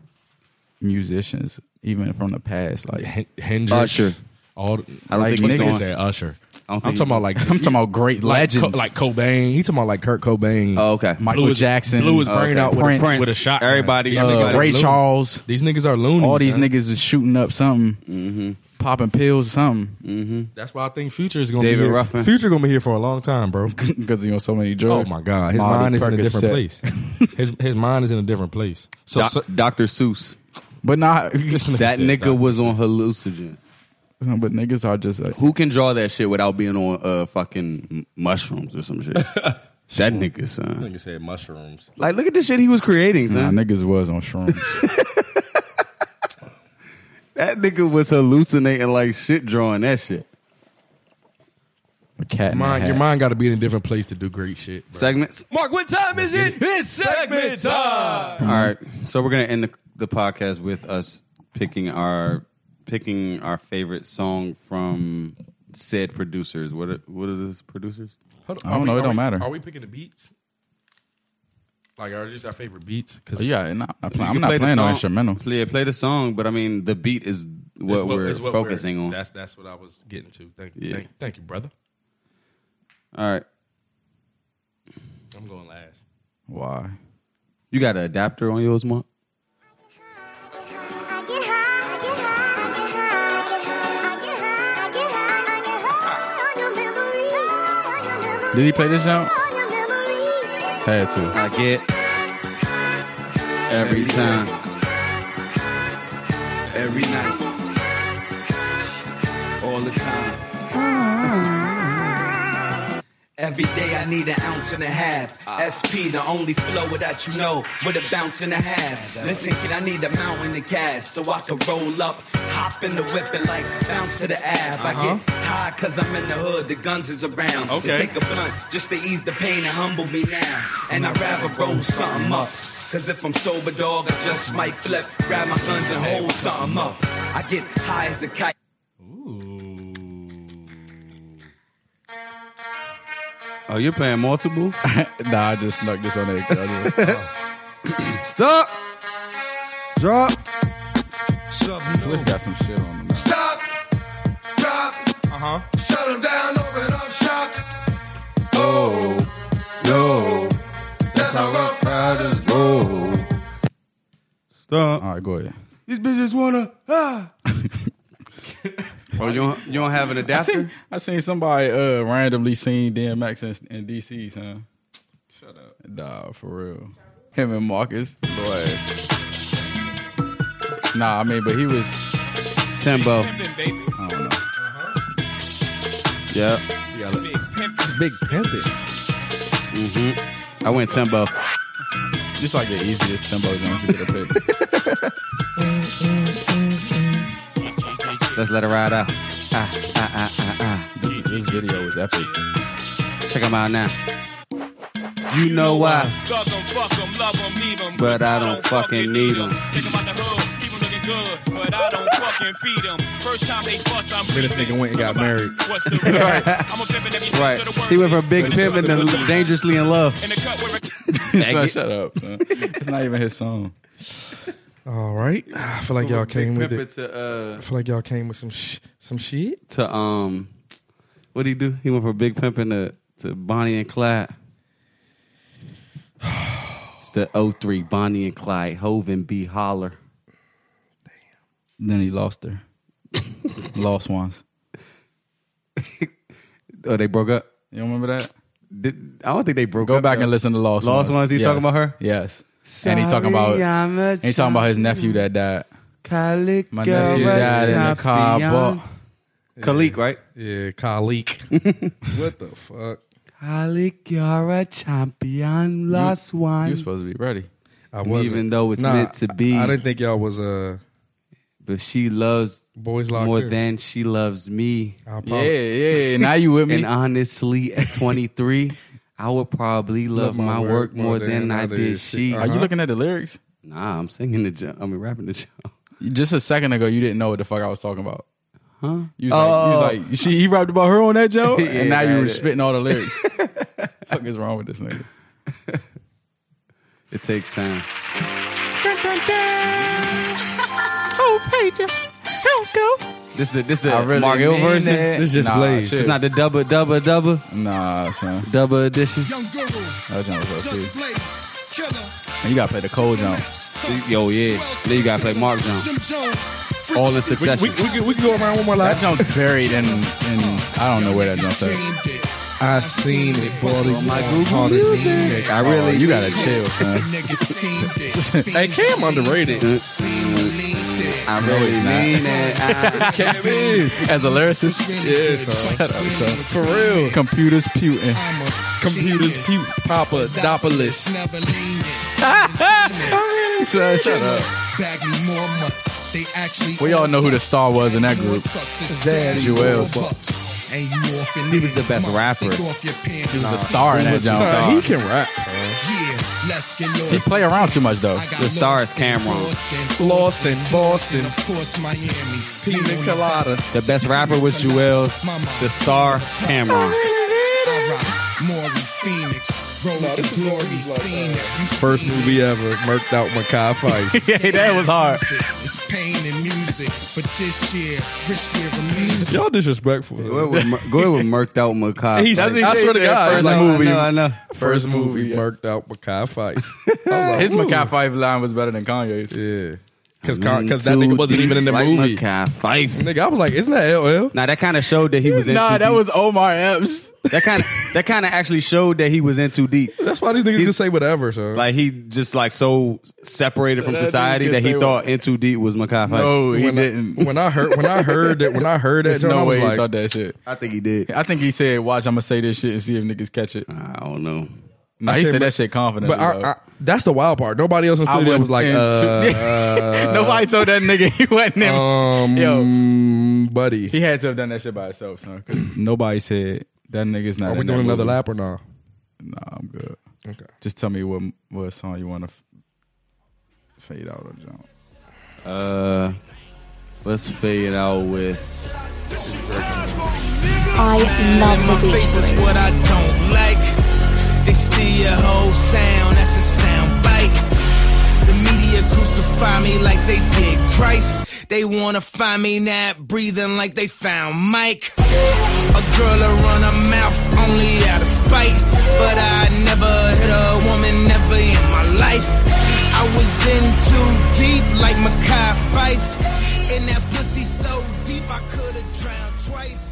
Speaker 4: musicians even from the past. Like
Speaker 3: *laughs* Hen- Hendrix,
Speaker 2: Usher.
Speaker 3: All the-
Speaker 2: I don't
Speaker 4: like
Speaker 2: think he's
Speaker 4: niggas
Speaker 2: on.
Speaker 3: niggas that Usher.
Speaker 2: I
Speaker 3: *laughs* I'm
Speaker 2: don't think
Speaker 3: talking
Speaker 2: he-
Speaker 3: about like
Speaker 4: I'm talking about *laughs* great
Speaker 3: like, Co-
Speaker 4: legends
Speaker 3: like Cobain. He talking about like Kurt Cobain.
Speaker 2: Oh, okay.
Speaker 4: Michael
Speaker 3: Blew his-
Speaker 4: Jackson,
Speaker 3: blew his
Speaker 4: uh,
Speaker 3: brain
Speaker 2: okay.
Speaker 3: out with a,
Speaker 4: Prince.
Speaker 3: with a shotgun.
Speaker 2: Everybody-
Speaker 3: These
Speaker 2: uh,
Speaker 3: niggas are
Speaker 4: Ray
Speaker 3: loonies.
Speaker 4: Charles.
Speaker 3: These niggas are loonies.
Speaker 4: All these
Speaker 3: son.
Speaker 4: niggas is shooting up something,
Speaker 3: Mm-hmm.
Speaker 4: popping pills, or something,
Speaker 3: That's why I think Future is gonna
Speaker 2: David
Speaker 3: be here.
Speaker 2: Ruffin.
Speaker 3: Future gonna be here for a long time, bro. *laughs*
Speaker 4: *laughs* because he on so many
Speaker 3: Oh
Speaker 4: drugs.
Speaker 3: my god, his
Speaker 4: Molly
Speaker 3: mind is in a different
Speaker 4: Percocet.
Speaker 3: place. his his mind is in a different place. So, so
Speaker 2: Doctor Seuss.
Speaker 4: *laughs* But
Speaker 3: *laughs*
Speaker 4: not,
Speaker 3: This nigga
Speaker 2: That
Speaker 3: said
Speaker 2: nigga
Speaker 3: Dr.
Speaker 2: was on hallucinogen.
Speaker 4: but niggas are just like,
Speaker 2: Who can draw that shit without being on uh fucking m- mushrooms or
Speaker 3: *laughs*
Speaker 2: some shit? that nigga, son.
Speaker 3: nigga said mushrooms.
Speaker 2: Like, look at the shit he was creating,
Speaker 4: nah,
Speaker 2: son.
Speaker 4: niggas was on shrooms.
Speaker 3: *laughs*
Speaker 2: that nigga was hallucinating like shit drawing that shit.
Speaker 4: A cat. in a
Speaker 3: Mind,
Speaker 4: hat.
Speaker 3: your mind got to be in a different place to do great shit. Bro.
Speaker 2: Segments.
Speaker 3: Mark, what time is it? It's segment time.
Speaker 2: All right. So we're gonna end the, the podcast with us picking our picking our favorite song from said producers. What are, what are those producers?
Speaker 4: I don't know, it don't matter.
Speaker 3: Are we picking the beats? Like, are these our favorite beats?
Speaker 4: Oh,
Speaker 3: Because
Speaker 4: yeah, nah,
Speaker 2: You
Speaker 4: I'm, playing- I'm
Speaker 2: can
Speaker 4: not
Speaker 2: play the
Speaker 4: playing no
Speaker 2: song-
Speaker 4: instrumental.
Speaker 2: Play, play the song, but I mean the beat is what, we're focusing on.
Speaker 3: That's that's what I was getting to. Thank you,
Speaker 2: Yeah.
Speaker 3: thank, thank you, brother.
Speaker 2: All right.
Speaker 3: I'm going last.
Speaker 4: Why?
Speaker 2: You got an adapter on yours, Mark?
Speaker 5: I get high, I get high, I get high, I get high, I get high, I get high on your memory, on your memory,
Speaker 4: Did he play this out?
Speaker 5: on your memory.
Speaker 4: Had to. *laughs*
Speaker 2: I get every time. Every night. All the time.
Speaker 6: Every day I need an ounce and a half.
Speaker 2: Ah.
Speaker 6: SP, the only flow that you know, with a bounce and a half. Listen, kid, I need a mountain of cash so I can roll up, hop in the whip and like bounce to the ab. I
Speaker 2: Uh-huh.
Speaker 6: get high cause I'm in the hood, the guns is around.
Speaker 3: Okay.
Speaker 6: Take a blunt just to ease the pain and humble me now. And I'd rather roll something up. Cause if I'm sober, dog, I just might flip, grab my guns and hold something up. I get high as a kite.
Speaker 2: Oh, you're playing multiple?
Speaker 4: nah, I just snuck this on there. 'cause I just-
Speaker 2: *laughs* Stop. Drop.
Speaker 4: Swiss got some shit on him.
Speaker 7: Stop, drop,
Speaker 4: Uh-huh.
Speaker 3: Uh huh.
Speaker 7: shut them down, open up shop. Oh, no, that's how rough riders roll.
Speaker 2: Stop.
Speaker 4: All right, go ahead.
Speaker 2: These bitches wanna. Ah. oh, you don't, you don't have an
Speaker 4: I
Speaker 2: adapter?
Speaker 4: seen, I seen somebody uh, randomly seen DMX in, in DC, son. Shut up. Nah, for real. Him and Marcus. Boy. Nah, I mean, but he was.
Speaker 2: Timbo.
Speaker 4: I don't know.
Speaker 2: Yep.
Speaker 3: Big pimpin'.
Speaker 2: I went Timbo.
Speaker 4: It's like the easiest Timbo Jones you could have *laughs* picked.
Speaker 2: Let's let it ride out. Ah, ah, ah, ah, ah.
Speaker 4: this, this video was epic.
Speaker 2: Check them out now. You know why,
Speaker 8: Thug 'em, fuck 'em, love 'em, leave 'em,
Speaker 2: but
Speaker 8: 'cause
Speaker 2: I don't fucking need 'em.
Speaker 8: Take 'em out the hood, keep 'em looking good, but I don't fucking feed 'em. First time they bust, I'm
Speaker 3: Then this nigga went and got married.
Speaker 8: What's the right? *laughs* I'm a pimpin' every sense
Speaker 2: Right.
Speaker 8: of the word.
Speaker 2: He went from big
Speaker 8: When it
Speaker 2: pimping
Speaker 8: comes
Speaker 2: to dangerously in love.
Speaker 8: In the cut where it-
Speaker 4: Son, shut up. son. It's not even his song.
Speaker 3: All right. *sighs* I feel like y'all came with it.
Speaker 2: to uh
Speaker 3: I feel like y'all came with some sh- some shit.
Speaker 2: to um what did he do? He went from big pimping to, to Bonnie and Clyde. It's the 03 Bonnie and Clyde, Hove and B Holler.
Speaker 4: Then he lost her. lost once.
Speaker 2: Oh, they broke up.
Speaker 4: You remember that?
Speaker 2: Did, I don't think they broke
Speaker 4: Go
Speaker 2: up.
Speaker 4: back
Speaker 2: though.
Speaker 4: and listen to Lost,
Speaker 2: Lost Ones, he talking about her?
Speaker 4: Yes. and he talking about
Speaker 2: Sorry, I'm a
Speaker 4: and he talking about his nephew that died. My nephew died in the car, but
Speaker 2: Khalik, right?
Speaker 3: Yeah, colleague.
Speaker 2: *laughs*
Speaker 3: what the fuck?
Speaker 2: Khalik, you're a champion, lost one.
Speaker 4: you supposed to be ready.
Speaker 3: I
Speaker 2: And
Speaker 3: wasn't.
Speaker 2: even though it's
Speaker 3: Nah,
Speaker 2: meant to be,
Speaker 3: I, I didn't think y'all was uh
Speaker 2: but she loves
Speaker 3: boys locked
Speaker 2: more
Speaker 3: in.
Speaker 2: than she loves me.
Speaker 3: I'll
Speaker 4: Yeah,
Speaker 9: *laughs*
Speaker 3: probably-
Speaker 4: yeah. yeah. Now you with me?
Speaker 2: And uh, honestly,
Speaker 4: *laughs*
Speaker 2: at 23, I would probably love, my, work more than, I did she.
Speaker 4: Are you
Speaker 3: Uh-huh.
Speaker 4: looking at the lyrics?
Speaker 2: Nah, I'm singing the jump. I mean, rapping the *laughs* jump.
Speaker 4: Just a second ago, you didn't know what the fuck I was talking about.
Speaker 2: Huh?
Speaker 4: You was, like, you was like, she he rapped about her on that Joe,
Speaker 2: *laughs* Yeah,
Speaker 4: and now you
Speaker 2: man.
Speaker 4: were spitting all
Speaker 2: *laughs*
Speaker 4: the lyrics. fuck is wrong with this nigga?
Speaker 2: It takes time. Oh, Pager, don't go. This the this the Mark Hill
Speaker 4: mean
Speaker 2: version.
Speaker 4: it.
Speaker 3: This just
Speaker 4: nah,
Speaker 3: Blaze.
Speaker 4: shit.
Speaker 2: It's not the double double double
Speaker 4: nah, son.
Speaker 2: double edition.
Speaker 9: Young Guru,
Speaker 4: That jump was up too.
Speaker 9: Just Blaze, Killer,
Speaker 4: And you gotta play the cold jump.
Speaker 2: Yo, yeah. Then you gotta play Mark Jones.
Speaker 9: Jim Jones,
Speaker 2: All in
Speaker 3: We,
Speaker 2: succession.
Speaker 3: we, can, we can go around one more
Speaker 4: That
Speaker 3: lap.
Speaker 4: jump's buried in in I don't know where that jump's at.
Speaker 9: I've seen it, brother.
Speaker 2: On my Google Music. I really,
Speaker 4: Oh, you gotta chill, son.
Speaker 3: Hey, Cam
Speaker 4: *laughs*
Speaker 3: underrated.
Speaker 2: I really
Speaker 4: he's not.
Speaker 2: mean it. I-
Speaker 4: As a lyricist,
Speaker 3: Yeah, son.
Speaker 4: *laughs* shut up, son.
Speaker 9: For real.
Speaker 4: Computers putin'.
Speaker 9: Computers,
Speaker 3: Computers, you Papa Dopolis.
Speaker 9: never lean it.
Speaker 4: *laughs* Son, shut up.
Speaker 9: Bag me more months. They actually
Speaker 4: We all know who the star was in that group.
Speaker 9: Daddy
Speaker 4: Joel.
Speaker 9: And you off in
Speaker 2: He was the best rapper.
Speaker 9: Take off your pants.
Speaker 4: The star in that jump.
Speaker 3: Nah, he can rap.
Speaker 9: Yeah, let's get lost.
Speaker 4: He play around too much though.
Speaker 9: I got
Speaker 2: The star is
Speaker 9: lost in
Speaker 2: Cameron.
Speaker 9: Boston,
Speaker 3: Lost in Boston.
Speaker 9: Of course, Miami.
Speaker 3: Pina Colada.
Speaker 2: The best rapper was Jewels. The star Cameron.
Speaker 9: I rock Maury Phoenix. Roll the glory scene. You
Speaker 3: First
Speaker 9: seen
Speaker 3: movie ever, murked out Makai Fight.
Speaker 4: *laughs* yeah, that was hard.
Speaker 9: it. It's pain and music. But this year, this year remains
Speaker 3: Y'all disrespectful.
Speaker 2: Go ahead with Mur- go ahead with murked out Makai.
Speaker 3: He's-
Speaker 2: Like,
Speaker 3: I swear to God,
Speaker 2: I
Speaker 4: first
Speaker 2: know,
Speaker 4: movie.
Speaker 2: I know, I know.
Speaker 3: First movie,
Speaker 4: yeah.
Speaker 3: murked out
Speaker 2: *laughs*
Speaker 3: Makai Fight.
Speaker 4: His Mackay Five line was better than Kanye's.
Speaker 3: Yeah. Because that nigga wasn't even in the
Speaker 2: Like
Speaker 3: movie.
Speaker 2: Makai Fife.
Speaker 3: Nigga, I was like, isn't that LL?
Speaker 2: Now that kind of showed that he was in
Speaker 4: Nah,
Speaker 2: too
Speaker 4: that
Speaker 2: deep.
Speaker 4: was Omar Epps.
Speaker 2: that kind of that kind of actually showed that he was in too deep.
Speaker 3: That's why these niggas just say whatever, son.
Speaker 2: Like he just like so separated from
Speaker 4: that dude
Speaker 2: society
Speaker 4: can
Speaker 2: that he
Speaker 4: say
Speaker 2: thought in too deep was Makai Fife.
Speaker 4: No, he
Speaker 3: when
Speaker 4: didn't.
Speaker 3: I, when I heard when I heard that when I heard that,
Speaker 4: There's
Speaker 3: John, I
Speaker 4: no
Speaker 3: was
Speaker 4: way he
Speaker 3: like,
Speaker 4: thought that shit.
Speaker 2: I think he did.
Speaker 4: I think he said, "Watch, I'm gonna say this shit and see if niggas catch it."
Speaker 2: I don't know.
Speaker 4: Nah,
Speaker 3: I
Speaker 4: he
Speaker 3: can't
Speaker 4: said
Speaker 3: remember-
Speaker 4: that shit confidently.
Speaker 3: But
Speaker 4: though.
Speaker 3: I, I, that's the wild part. Nobody else in the studio was, like,
Speaker 4: *laughs* in
Speaker 3: uh,
Speaker 4: two- nobody told that nigga he wasn't in.
Speaker 3: um,
Speaker 4: Yo,
Speaker 3: buddy,
Speaker 4: he had to have done that shit by himself, son.
Speaker 3: *clears throat*
Speaker 4: Because nobody said that nigga's not.
Speaker 3: are we
Speaker 4: in that
Speaker 3: doing another
Speaker 4: movie."
Speaker 3: lap or not?
Speaker 4: Nah, I'm good.
Speaker 3: Okay.
Speaker 4: Just tell me what what song you want to f- fade out or jump.
Speaker 2: Uh, let's fade out with
Speaker 6: My face is what I don't like. They steal your whole sound, that's a sound bite. The media crucify me like they did Christ. They wanna find me now, breathing like they found Mike. A girl will run her mouth only out of spite. But I never hit a woman, never in my life. I was in too deep like Makai Fife. And that pussy so deep I could've drowned twice.